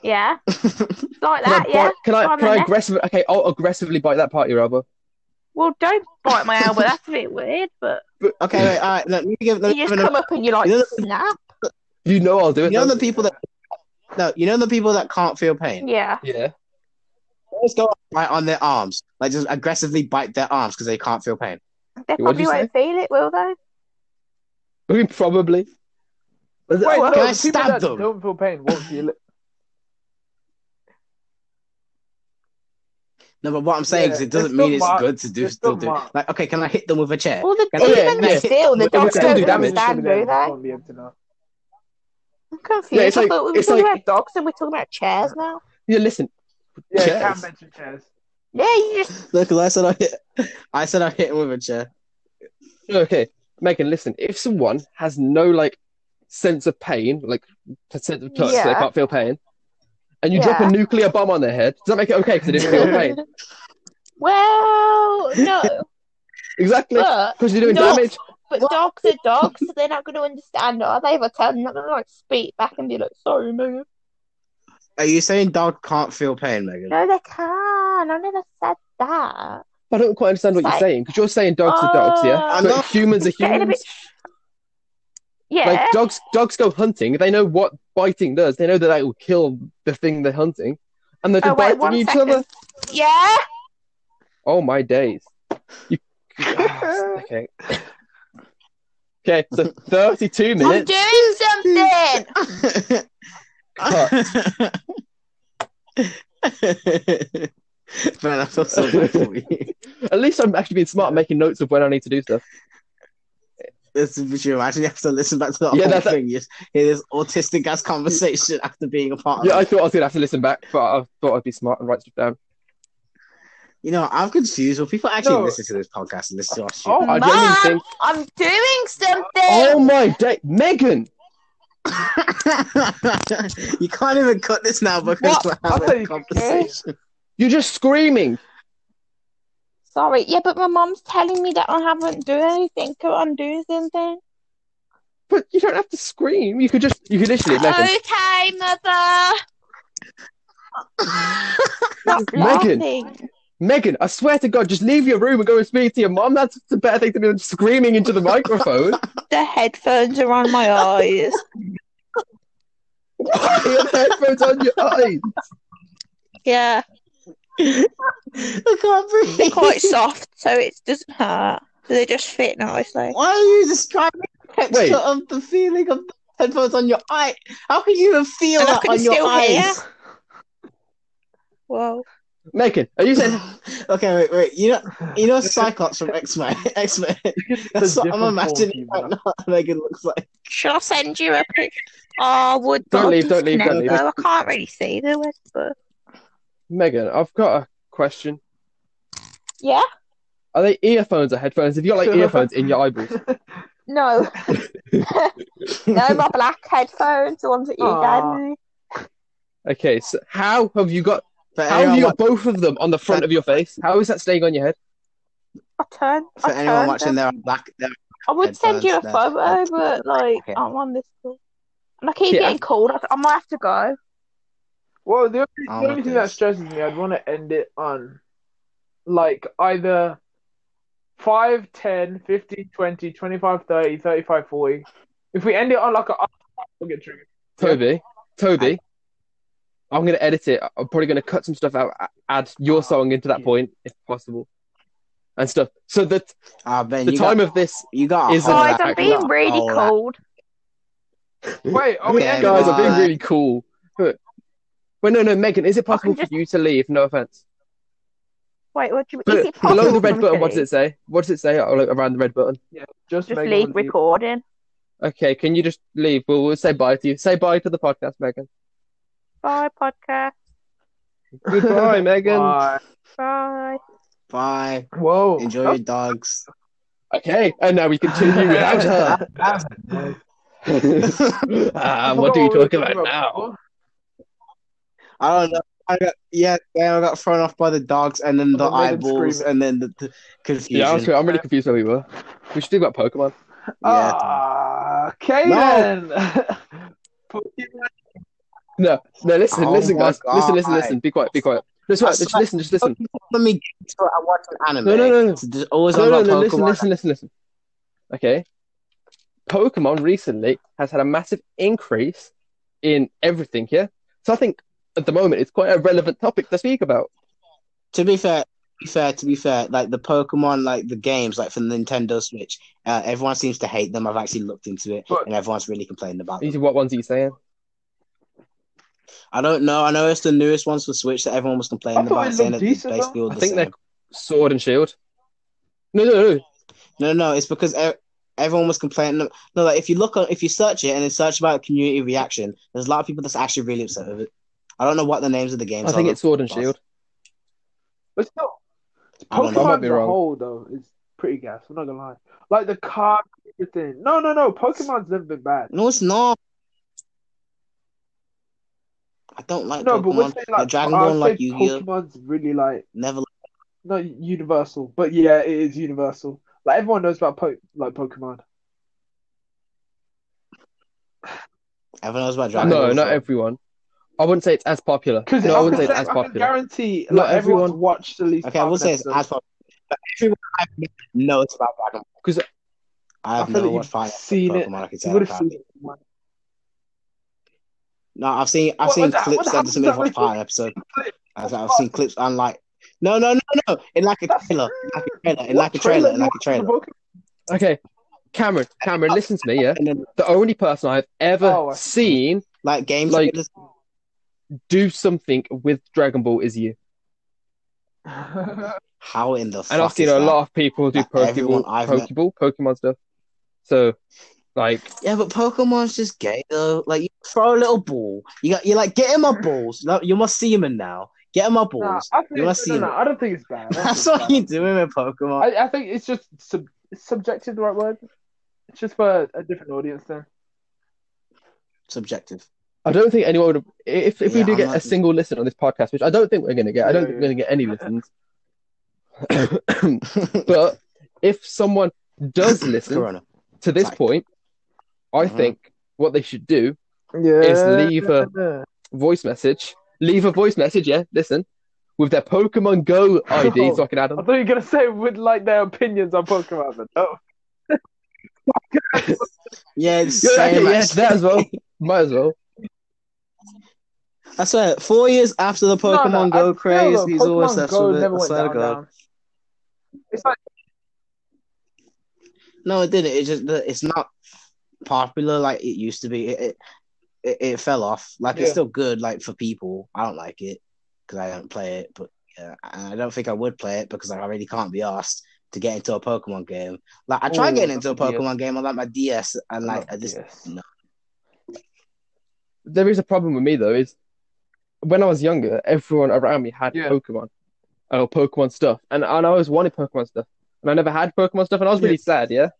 yeah, like
Can I
that.
bite-
Yeah.
Can I
on
can
the
I
neck.
aggressively? Okay, I'll aggressively bite that part of your elbow.
Well, don't bite my elbow. That's a bit weird. But
<laughs> okay, wait, all right. Let me give. Let me
you
give
just
an
come up and you like
You know-
snap.
You know I'll do
You
it.
know
though.
the people that no, you know the people that can't feel pain.
Yeah.
Yeah.
They Always go right on their arms, like just aggressively bite their arms because they can't feel pain.
They
What'd you
probably won't feel it, will they?
I mean, probably. Was it-
Wait, no,
Can I
the people
stab
that
them?
don't feel pain won't feel it.
No, but what I'm saying
Yeah,
is it doesn't
it's still
mean it's
marked.
good to do.
It's
Still
still
do.
marked.
Like, okay, can I hit them with a chair?
Well, the,
Can I-
even
yeah,
the
yeah.
still, the
It would
dogs
still do
don't
damage.
understand, do they?
Won't be able to know.
I'm confused.
Yeah, it's
I
like-
thought we were
it's
talking
like-
about dogs and we're talking about chairs now.
Yeah, listen.
Yeah, you
Chairs.
can't mention chairs.
Yeah, you just
Look, I said I hit. I said I hit him with a chair.
Okay, Megan, listen. If someone has no like sense of pain, like a sense of touch, so they
Yeah.
can't feel pain, and you drop
Yeah.
a nuclear bomb on their head, does that make it okay because they didn't feel
<laughs>
pain?
well,
<laughs>
no,
Exactly.
but
Because you're doing
Oh. No.
damage.
but dogs are dogs, so they're not going to understand, are they? If I tell them, they're not going to like speak back and be like, "Sorry, man."
Are you saying dog can't feel pain, Megan?
No, they can. I never said that.
I don't quite understand what you're
Like-
saying because you're saying dogs are dogs, yeah,
Oh.
but
I'm
humans are
It's getting a
humans.
bit. Yeah,
Like dogs, dogs go hunting. They know what biting does. They know that that will kill the thing they're hunting, and they're
Oh, wait,
biting
one
each
second.
other.
yeah.
Oh my days!
<laughs>
You... Ah, okay, <laughs> okay. So thirty-two
I'm
minutes.
doing something.
<laughs> Man, I feel so bad for <laughs> you.
At least I'm actually being smart, making notes of when I need to do stuff.
This is true. I actually have to listen back to the
Yeah,
whole
that's-
thing. You just hear this autistic ass conversation after being a part of
Yeah, I
it.
thought I was gonna have to listen back, but I thought I'd be smart and write stuff down.
You know, I'm confused. Will people actually
No.
listen to this podcast and listen to our shit?
Oh,
I genuinely think.
I'm doing something.
Oh my day, Megan!
<laughs> you can't even cut this now because
What?
we're
I'll tell
having a
you-
<laughs>
conversation.
You're just screaming.
Sorry, yeah, but my mom's telling me that I haven't done anything. Can I do something?
But you don't have to scream. You could just, you could literally, Megan.
Okay, mother. Stop
Megan.
laughing.
Megan, I swear to God, just leave your room and go and speak to your mom. That's the better thing to do than screaming into the microphone.
The headphones are on my eyes.
your headphones on your eyes.
<laughs> Yeah,
I can't
they're
breathe.
quite soft, so it doesn't hurt. So they just fit nicely.
Why are you describing the texture
Wait.
of the feeling of the headphones on your eye? How can you even feel
And I
that
can
on your
still hear.
eyes?
Whoa.
Megan, are you saying
<laughs> okay, wait, wait. You know,
<laughs>
you know, Cyclops from X <laughs> Men. X Men. <laughs> That's what I'm
different
imagining
form,
right
human.
now. <laughs> what Megan looks like.
Shall I send you a picture? Oh, would
Don't
God,
leave, don't leave, don't leave.
no, I can't really see the words, but
Megan, I've got a question.
yeah,
Are they earphones or headphones? Have you got like earphones in your eyeballs? <laughs>
no, <laughs> no, my black headphones, the ones that you
Aw.
gave me.
Okay, so how have you got
For
how have
anyone
you
wa-
got both of them on the front of your face? How is that staying on your head?
I turned.
for
I
anyone
turned
watching,
them.
they're black. They're
I would send you a
headphones,
photo,
they're-
but like
Okay.
I'm on this call, and I keep
Yeah.
getting called. I, I might have to go.
Well, the only, the
Oh,
only
my
thing that
goodness.
stresses me, I'd want to end it on like either 5, 10, 15, 20, 25, 30, 35, 40. If we end it on like a. I'll get triggered.
Toby, Toby, I'm gonna edit it. I'm probably gonna cut some stuff out, a- add
Ah,
your song into that
yeah.
point if possible, and stuff. So that
Ah, Ben,
the
you
time
got,
of this
you got a
is
whole
an
Guys,
lot-
I'm
act-
you got
being
a
really
whole lot.
cold.
Wait, are we
Okay,
ending
Guys,
on
I've been
Bye.
really cool. But, but no, no, Megan, is it possible
just-
for you to leave? No offense.
Wait, what do you, is
But
it possible
below the
for
red
me
button,
to
what does it say? What does it say oh, like, around the red button?
just,
just
Megan
leave
will leave.
recording?
Okay, can you just leave? We'll, we'll say bye to you. Say bye to the podcast, Megan.
Bye, podcast.
<laughs>
Goodbye, Megan.
Bye.
Bye.
Bye.
Whoa.
Enjoy
<laughs>
your dogs.
Okay, and now we continue without her. <laughs> Ah,
<laughs>
I
what
forgot
do you
we were
talk about now?
before.
I don't know. I got yeah, they all got thrown off by the dogs, and then the
They made them
eyeballs,
scream.
and then the, the confusion.
Yeah, I'm, sorry, I'm really confused where we were. We should talk about Pokemon.
Yeah.
Ah, okay
No.
then. <laughs> Pokemon.
No, no, listen,
Oh
listen,
my
guys, listen, listen,
God.
listen. Be quiet, be quiet. That's right,
I
just
swear-
listen, just listen.
Let me get to it. I watch an anime.
No, no, no, no.
It's just always
No,
on
no,
about
no,
Pokemon.
listen, listen, listen, listen. Okay. Pokemon recently has had a massive increase in everything here. So I think at the moment it's quite a relevant topic to speak about.
To be fair, to be fair, to be fair, like the Pokemon, like the games, like for the Nintendo Switch, uh, everyone seems to hate them. I've actually looked into it,
But-
and everyone's really complaining about
These
them.
are what ones are you saying?
I don't know. I know it's the newest ones for Switch that everyone was
I
complaining
thought
about,
it
saying
looked
that it's
decent,
basically all
I
the
think
same.
they're Sword and Shield. No, no, no.
No, no, it's because e- everyone was complaining. No, like if you look on, if you search it and then search about community reaction, there's a lot of people that's actually really upset with it. I don't know what the names of the games
I
are.
think it's Sword and
though.
Shield.
But still,
I don't know.
I might
Pokemon
be
as a
wrong.
whole though is pretty gas. I'm not gonna lie. Like the card thing. No, no, no. Pokemon's never been bad.
No, it's not. I don't like
No, but we're
Pokemon.
saying
Like,
like
Dragon
I
Ball,
would
like
say
Yu-Gi-Oh.
Pokemon's really like
Never.
not universal, but yeah, it is universal. Like everyone knows about po- like Pokemon.
Everyone knows about
No,
Dragon
No,
Ball.
not everyone. I wouldn't say it's as popular.
Because
No, I
I,
wouldn't
can
say it's
say-
as
I can
popular.
guarantee
Not
like everyone's
everyone-
watched at least.
Okay, I
half
will
an
say it's
episode.
as popular, but everyone I met knows about Dragon Ball.
'Cause-
I
I
have
feel
no
like
what
you've
fine
seen it.
Pokemon I can
You
tell.
would have seen.
apparently. No, I've seen I've
What-
seen
what the- what
clips
the
that
hell
doesn't
does
make
that
what
make
fine episode.
clip?
I've, I've seen clips on like no no no no in like a
That's-
trailer, in like a trailer, in
What
like a trailer,
do
in
you
like a
watch for
trailer.
Pokemon?
Okay, Cameron, Cameron, listen to me, yeah?
And then
The only person I've ever
Oh, I see.
seen
like games
Like-
trailers.
do something with Dragon Ball is you.
How in the
And I've
fuck
seen
is
a
that?
lot of people do
Like, everyone
Pokeball,
I've met-
Pokeball, Pokemon stuff. So, like,
Yeah, but Pokemon's just gay though. Like you throw a little ball. You got you're like,
<laughs>
get in my balls. No, you're my semen now. Get in my
Nah,
balls.
I think,
You
no,
must
no,
see
no,
it.
I don't think it's
<laughs>
bad. I don't think
That's
it's
what
bad.
you're doing with Pokemon.
I, I think it's just sub- subjective, the right word. It's just for a different audience then.
Subjective.
I don't think anyone would have, if, if we
Yeah,
do
I'm
get a
not-
single listen on this podcast, which I don't think we're going to get, I don't
Yeah,
think
yeah.
we're going to get any listens. <coughs> but if someone
<coughs>
does listen
Corona.
to this
Sorry.
point, I
Mhm.
think what they should do
Yeah.
is leave a voice message, leave a voice message, yeah, listen, with their Pokemon Go ID so I can add
I <laughs>
them.
thought you were gonna say with like their opinions on Pokemon. But no.
Yeah, it's
Yeah,
same.
okay, yeah,
actually.
that as well. Might as well.
I swear, four years after the
No, no,
Pokemon
I
Go
feel
craze,
though,
he's always
Pokemon
left
Go
with it.
never
I
went
swear to
down,
God.
down. It's like
No, it didn't. It just it's not popular like it used to be. It it, it, it fell off. Like
Yeah.
it's still good, like for people. I don't like it because I don't play it, but yeah, and I don't think I would play it because I really can't be asked to get into a Pokemon game. Like I tried
Ooh,
Oh,
getting into a
that's a
Pokemon game on like my DS, and like I just Mm.
Yes.
no.
There is a problem with me though, is when I was younger, everyone around me had
Yeah.
Pokemon or Pokemon stuff, and and I always wanted Pokemon stuff, and I never had Pokemon stuff, and I was really sad, yeah.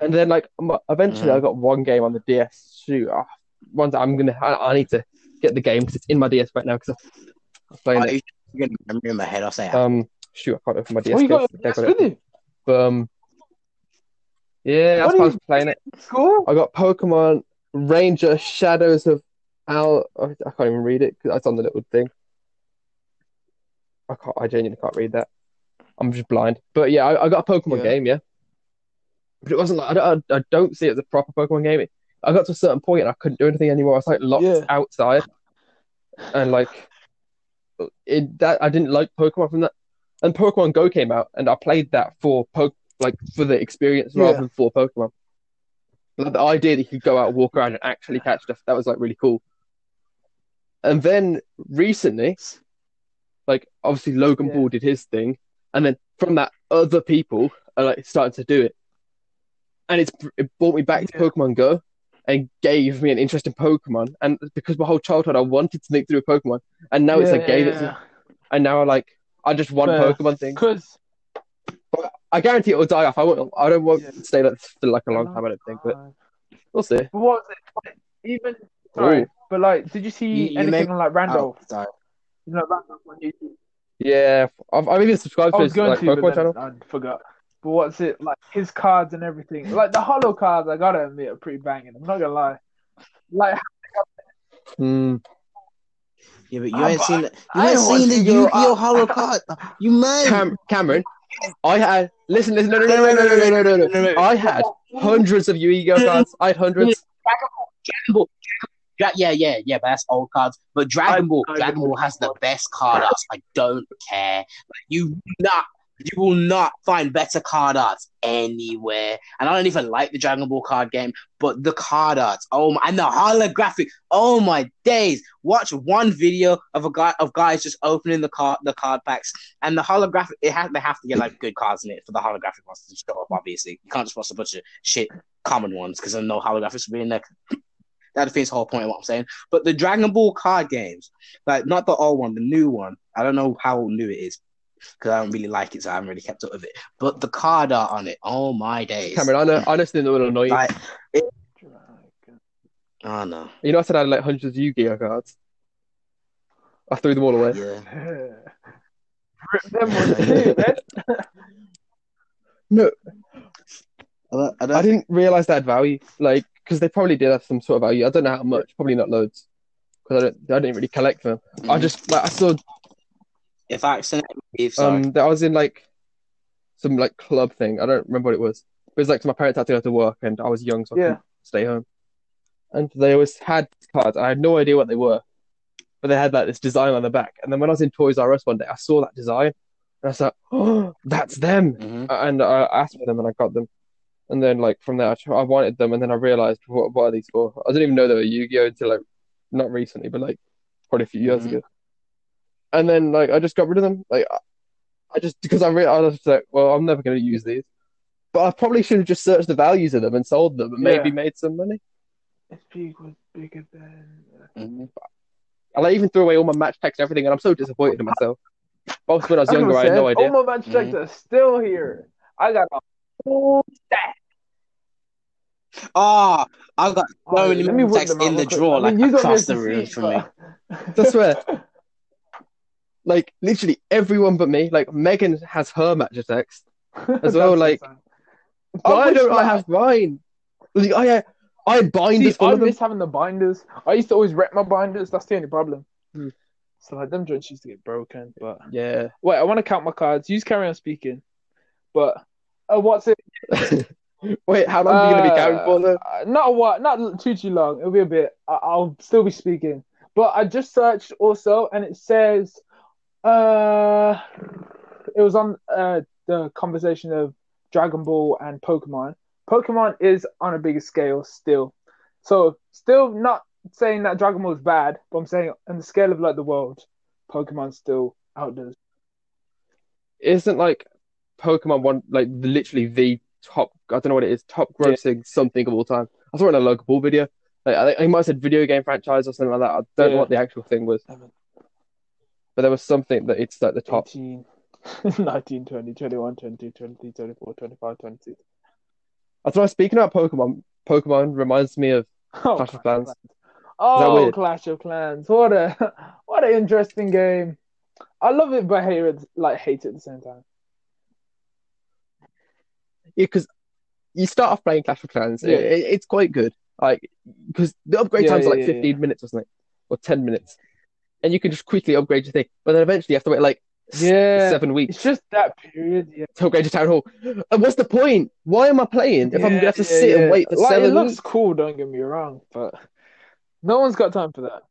And then like m- eventually,
Mm-hmm.
Mhm.
I got one game on the DS. Shoot, ah, one that I'm gonna, I, I need to get the game because it's in my DS right now because I'm playing
I you're gonna remember in my head. I'll say
it. Um, shoot, I can't open my DS.
oh, you got
case.
that's
There I
with you.
But, um, yeah,
What
that's
are
why I
you-
was playing it.
Cool.
I got Pokemon Ranger Shadows of Al. I can't even read it because that's on the little thing. I can't. I genuinely can't read that. I'm just blind. But yeah, I, I got a Pokemon
Yeah.
game. Yeah, but it wasn't like I don't. I, I don't see it as a proper Pokemon game. It, I got to a certain point and I couldn't do anything anymore. I was like locked
Yeah.
outside, and like it that I didn't like Pokemon from that. And Pokemon Go came out, and I played that for po- like for the experience rather
Yeah.
than for Pokemon. Like the idea that you could go out, walk around, and actually catch stuff that was like really cool. And then recently, like obviously Logan
Yeah.
Paul did his thing, and then from that, other people are like starting to do it, and it's it brought me back to
Yeah.
Pokemon Go, and gave me an interest in Pokemon. And because my whole childhood I wanted to make through Pokemon, and now it's
Yeah,
like gave
yeah,
it to
yeah.
and now like I just one
Fair.
Pokemon thing.
Because
I guarantee it will die off. I won't. I don't want
Yeah.
to stay like this for like a long time. I don't think, but we'll see.
But what was it? Like, even sorry,
Ooh.
but like, did you see
You- you
anything
make-
on like Randolph?
Oh, sorry.
You know, Randolph on YouTube.
Yeah, I've, I've even subscribed
I
to
was
his
going
like,
to,
Pokemon
but
channel.
then I forgot. But what's it like? His cards and everything, like the hollow cards. I gotta admit, are pretty banging. I'm not gonna lie. Like <laughs>
Hmm.
Yeah, but you
Ah,
ain't
but
seen you
I
ain't
want
seen the
to
Yu
go-
Gi Oh
I-
Hollow card. You man.
<laughs>
Hmm. Cam- Cameron, I had listen, listen, no, no, no, no, no, no, no, no, no, no. I had hundreds of Yu-Gi-Oh cards. I had hundreds.
Dragon Ball. Dra- yeah, yeah, yeah, but that's old cards. But Dragon
I-
Ball,
I-
Dragon Ball has the best card arts. I don't care. Like, you will not, you will not find better card arts anywhere. And I don't even like the Dragon Ball card game, but the card arts, oh my, and the holographic, oh my days! Watch one video of a guy of guys just opening the card the card packs, and the holographic. It has they have to get like good cards in it for the holographic ones to show up. Obviously, you can't just watch a bunch of shit common ones because then no holographics will be in there. <laughs> That defeats the whole point of what I'm saying. But the Dragon Ball card games, like not the old one, the new one. I don't know how new it is because I don't really like it, so I haven't really kept up with it. But the card art on it, oh my days!
Cameron, I know, I know something that will annoy you.
like, oh no,
You know, I said I had like hundreds of Yu-Gi-Oh cards. I threw them all away.
yeah.
Rip them
<laughs>
ones too, man.
No,
I don't, I don't
I didn't realize they had value. Like, because they probably did have some sort of value. I don't know how much. Probably not loads. Because I don't, I didn't really collect them. I just like I saw
if I accident, if sorry.
um that I was in like some like club thing. I don't remember what it was. But it was like my parents had to go to work and I was young, so I
Yeah.
couldn't stay home. And they always had cards. I had no idea what they were, but they had like this design on the back. And then when I was in Toys R Us one day, I saw that design and I was like, <gasps> "Oh, that's them!"
Mhm.
And I asked for them and I got them. And then like from there, I, tr- I wanted them, and then I realized what what are these for? I didn't even know they were Yu-Gi-Oh until like not recently, but like probably a few years
Mhm.
ago. And then like I just got rid of them. Like I, I just because I realized I was like, well, I'm never going to use these. But I probably should have just searched the values of them and sold them and maybe
Yeah.
made some money.
This pig was bigger than. uh,
Mhm.
And I even threw away all my match text and everything, and I'm so disappointed in myself. Both when I was
That's
younger,
what I'm
I had no
saying.
idea. Mm-hmm.
All my match checks are still here. I got a full stack.
Oh, I've got so many
Let me whip
texts
them out
in the
real quick.
drawer,
I mean,
like
you don't
across
get
the
to
room
see,
from me.
but-
I swear. Like literally everyone but me. Like Megan has her match text.
<laughs> That's
well,
what
like-
I'm saying.
Why
wish
don't I
my-
have mine? Like, I had, I had binders
See,
full
I
of them.
miss having the binders. I used to always wreck my binders. That's the only problem.
Hmm.
So like them joints used to get broken. But
Yeah. <laughs>
wait, I want to count my cards. You just carry on speaking. But uh, what's it?
Wait, how long are you gonna be counting for though?
Uh, not what, not too too long. It'll be a bit. I- I'll still be speaking. But I just searched also, and it says, uh, it was on uh the conversation of Dragon Ball and Pokemon. Pokemon is on a bigger scale still, so still not saying that Dragon Ball is bad, but I'm saying on the scale of like the world, Pokemon still outdoes.
Isn't like Pokemon one like literally the top? I don't know what it is. Top grossing something of all time. I saw it in a local ball video. Like, I think he might have said video game franchise or something like that. I don't know
Yeah.
what the actual thing was, but there was something that it's like the
<laughs>
top.
18, 19, 20, 21, 22, 23, 24, 25, 26.
I don't know. Speaking about Pokemon, Pokemon reminds me of
Oh,
Clash of Clans.
Oh,
weird?
Clash of Clans! What a <laughs> what an interesting game. I love it, but hate it, like hate it at the same time.
Yeah, because you start off playing Clash of Clans. It,
Yeah.
it- it's quite good. Like, because the upgrade
Yeah,
times are
yeah,
like
yeah,
15 minutes or something, or 10 minutes. And you can just quickly upgrade your thing. But then eventually you have to wait like s-
Yeah.
seven weeks
It's just that period. Yeah,
to upgrade your town hall. And what's the point? Why am I playing if I'm going to have to
Yeah,
sit
yeah.
and wait for
like,
seven
It looks
weeks?
cool. Don't get me wrong, but no one's got time for that.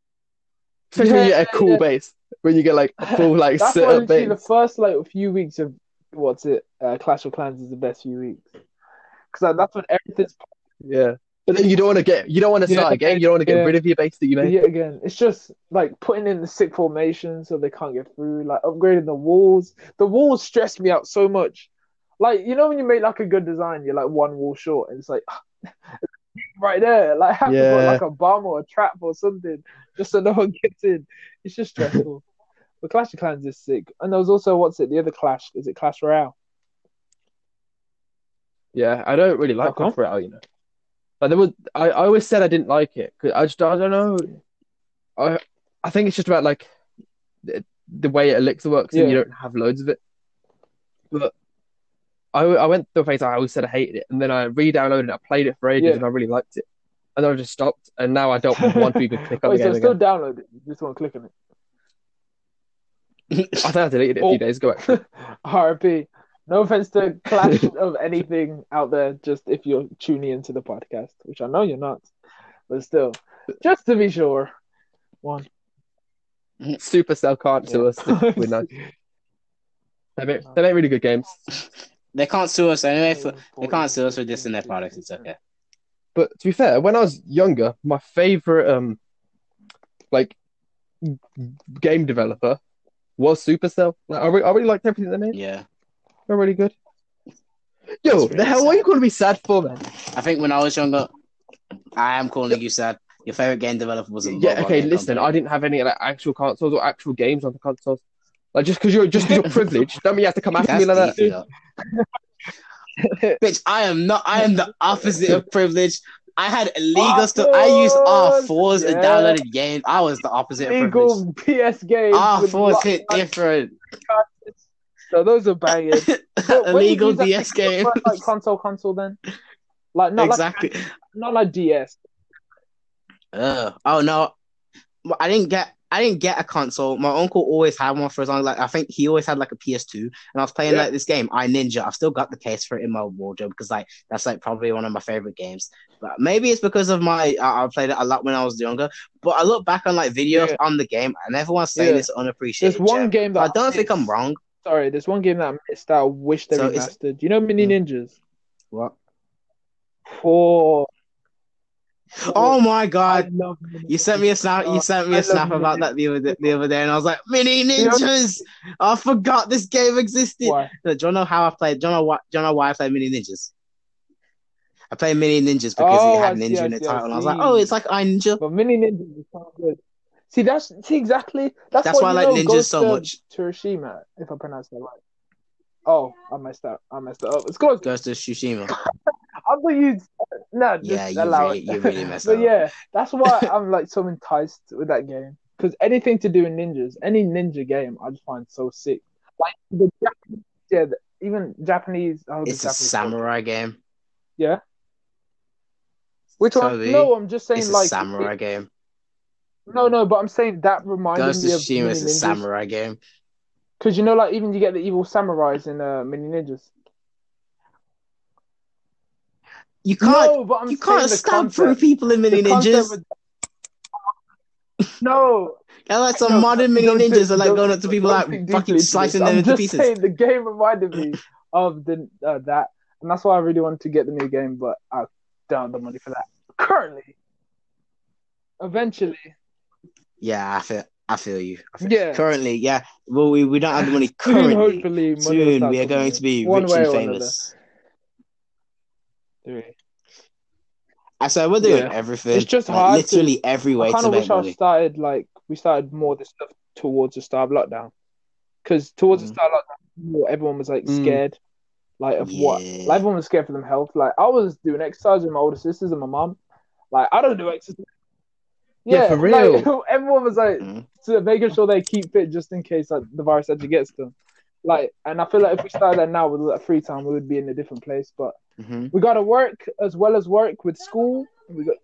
Especially when you get a
Yeah,
cool
yeah.
base, when you get like a full like
That's
sit
why
up
literally the
base.
first like few weeks of what's it uh, Clash of Clans is the best few weeks because like, that's when everything's
Yeah. But then you don't want to get, you don't want to
Yeah,
start a game. You don't want to get
yeah.
rid of your base that you
But
made.
yet again, it's just like putting in the sick formation so they can't get through, like upgrading the walls. The walls stress me out so much. Like, you know, when you make like a good design, you're like one wall short, and it's like <laughs> right there. Like, have to put
Yeah. <laughs>
like a bomb or a trap or something just so no one gets in. It's just stressful. But Clash of Clans is sick. And there was also what's it? The other Clash is it Clash Royale?
Yeah, I don't really like
How come?
Clash Royale, you know. Like there was, I, I always said I didn't like it 'cause I just I don't know. I I think it's just about like the, the way Elixir works, and you
Yeah.
don't have loads of it. But I I went through a phase I always said I hated it, and then I re-downloaded it, I played it for ages,
Yeah.
and I really liked it, and then I just stopped, and now I don't
<laughs>
want to even Oh, click on the
Wait, so
game
it's
again.
still downloaded. You just want to click on it.
I think I deleted it a
Oh.
few days ago. Actually.
RP. No offense to Clash of anything out there, just if you're tuning into the podcast, which I know you're not, but still, just to be sure. One.
Supercell can't sue
Yeah.
us.
<laughs>
if we're not- They make, they make really good games.
They can't sue us anyway. For,
Oh,
they can't sue us for dissing their products. It's okay.
But to be fair, when I was younger, my favorite um like g- game developer was Supercell. Like, I, re- I really liked everything they made.
Yeah.
They're really good. Yo,
That's really
the hell what are you gonna be sad for, man?
I think when I was younger, I am calling you sad. Your favorite game developer was a
Yeah,
mobile
okay,
game
listen,
company.
I didn't have any like actual consoles or actual games on the consoles. Like just because you're just because you're
<laughs>
privileged, don't mean you have to come after
That's
me like that.
<laughs>
beefy, though. Bitch, I am not. I am the opposite of privilege. I had illegal stuff. I used R fours and
Yeah.
downloaded games. I was the
<laughs>
opposite of
Legal PS games.
privilege. R
with
fours
lots
Ah, hit
of-
different.
So those are
<laughs>
bangers. But when you
illegal
use that-
DS games.
Like, like console, console then. Like not
exactly.
like not like DS.
Ugh. Oh no, Well, I didn't get. I didn't get a console. My uncle always had one for as long. Like I think he always had like a PS2, and I was playing
Yeah.
like this game, I Ninja. I've still got the case for it in my wardrobe because like that's like probably one of my favorite games. But maybe it's because of my I, I played it a lot when I was younger. But I look back on like videos
Yeah.
on the game, and everyone's saying
Yeah.
it's an
There's
unappreciated.
one
gem.
game that
I don't think I'm
missed.
wrong.
Sorry, there's one game that I missed that I wish they
So it's- Hmm.
remastered. You know Mini Ninjas?
What?
Four.
Oh my
I
god.
love Mini
You sent me a
Ninjas.
snap.
Oh,
You sent me
I
a
love
snap
Mini
about that the other day, the other day, and I was like, "Mini
You know-
ninjas! I forgot this game existed."
Why?
Look, do you know how I played? Do you know why? Do you know why I played Mini Ninjas? I played Mini Ninjas because
Oh,
it had
I see,
ninja
I
in the
see, I
title, and I was like,
see.
"Oh, it's like I ninja."
But Mini Ninjas is so good. See, that's see exactly that's,
That's
what,
why I
you
like
know,
ninjas
Ghost
so
of
much.
Tsushima, if I pronounce that right. Oh, I messed up. I messed up. It's close.
Ghost of Tsushima.
I thought you. No, just
Yeah, you
allow
really-
it.
you really messed
<laughs> but
up.
yeah, that's
<laughs>
why I'm like so enticed with that game because anything to do with ninjas, any ninja game, I just find so sick. Like the Japanese, yeah, the, even Japanese. Oh, the
It's a
Japanese
samurai game.
Yeah. Which one?
Toby,
No, I'm just saying
It's
like
a samurai game.
No, no, but I'm saying that reminded
Ghost of
me of
Tsushima
Mini
is a
Ninjas
samurai game.
because you know, like even you get the evil samurais in uh, Mini Ninjas.
You can't.
no, but I'm
you
saying
can't
the
stab
concept-
through people in
the
Mini
concept
Ninjas.
of- No,
They're like some
No,
modern Mini
don't think-
Ninjas are like
don't
going up
think-
to people
don't
like
think
fucking
deeply into
slicing
this.
them
I'm
into
just
pieces.
saying the game reminded me of the uh, that, and that's why I really wanted to get the new game, but I don't have the money for that currently. Eventually,
Yeah, I feel. I feel you. I feel-
yeah.
Currently, yeah. Well, we, we don't
<laughs>
have the money
Soon,
currently.
hopefully, money will
Soon
start
we are
coming
going
in,
to be
one
rich
way
and
or another.
famous.
Really.
I said we're doing
Yeah.
everything.
It's just
like,
hard to-
Literally every way
I kind
to
of wish
make
I
money.
started like we started more of this stuff towards the start of lockdown, because towards the
Mm.
start of lockdown, more- everyone was like
Mm.
scared, like of what,
Yeah.
like everyone was scared for them health. Like I was doing exercise with my older sisters and my mom. Like I don't do exercise.
Yeah, for
like,
real.
<laughs> everyone was like
Mm.
so making sure they keep fit just in case like the virus actually gets them. Like, and I feel like if we started that now with like, free time, we would be in a different place. But
Mhm.
we got to work as well as work with school. We got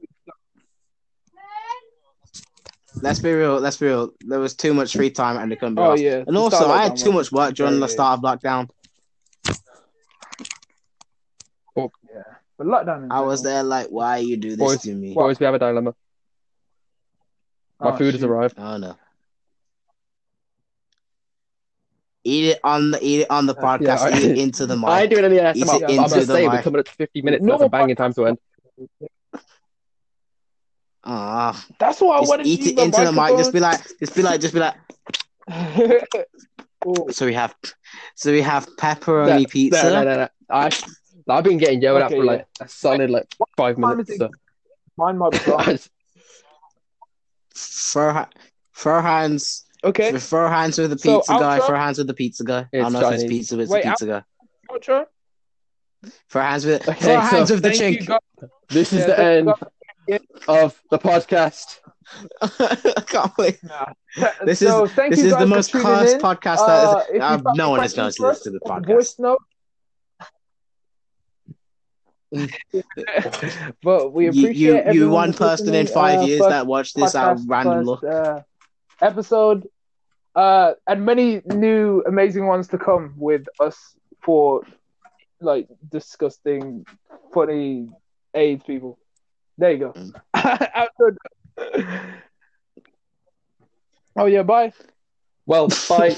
Let's be real. Let's be real. There was too much free time and it couldn't be
oh
asked.
yeah,
And
the
also,
start
I had
lockdown
too
was
much work during the
very-
start of lockdown.
But lockdown. in
I was
general.
there like, why you do this
Boys,
to me?
Boys, we have a dilemma. My
Oh,
food has
shoot.
arrived.
Oh no. Eat it on the eat it on the
Uh,
podcast.
yeah, I-
eat
<laughs>
it into the
I ain't
mic.
doing any of
Eat
that. I'm,
it
I'm
into
just
the
saying we're
mic.
coming up to 50 minutes.
No,
That's a
but-
banging time to end.
Ah,
That's why I
just
wanted to
eat
use
it
my
into the mic. Just
microphone.
be like, just be like, just be like.
<laughs> Oh,
So we have, so we have pepperoni
That-
pizza.
No, no, no, no. I, I've been getting yelled
Okay,
at for like a solid like five
time
minutes.
is
So. <laughs>
<laughs>
mine might be wrong.
I just-
Fur, Furhan's
Okay.
Throw hands with the
So,
pizza guy.
outro?
Throw hands with the pizza guy. I
It's
don't know if
Chinese.
it's pizza, but it's
Wait,
a pizza guy. <laughs>
Outro.
Throw hands with.
Okay,
throw
so
hands with the
Thank you,
chink.
guys.
This is
Yeah,
the
thank
end
you,
of the podcast.
<laughs> I can't believe.
guys.
This
so thank
This
you
is
guys
the most
for tuning
cursed
in.
podcast
Uh,
that
if you
uh,
found
no
the
one is going
questions
to listen to the
first,
podcast.
Voice
<laughs>
note. <laughs> but we
You,
appreciate
you, you
everyone
one
that's
person in
listening,
five
uh,
years
first
that watched this out
podcast,
random
first,
look.
uh, episode, uh, and many new amazing ones to come with us for like disgusting, funny AIDS people. There you go. <laughs>
Mm.
Outro.
<laughs>
oh yeah, bye.
Well, bye.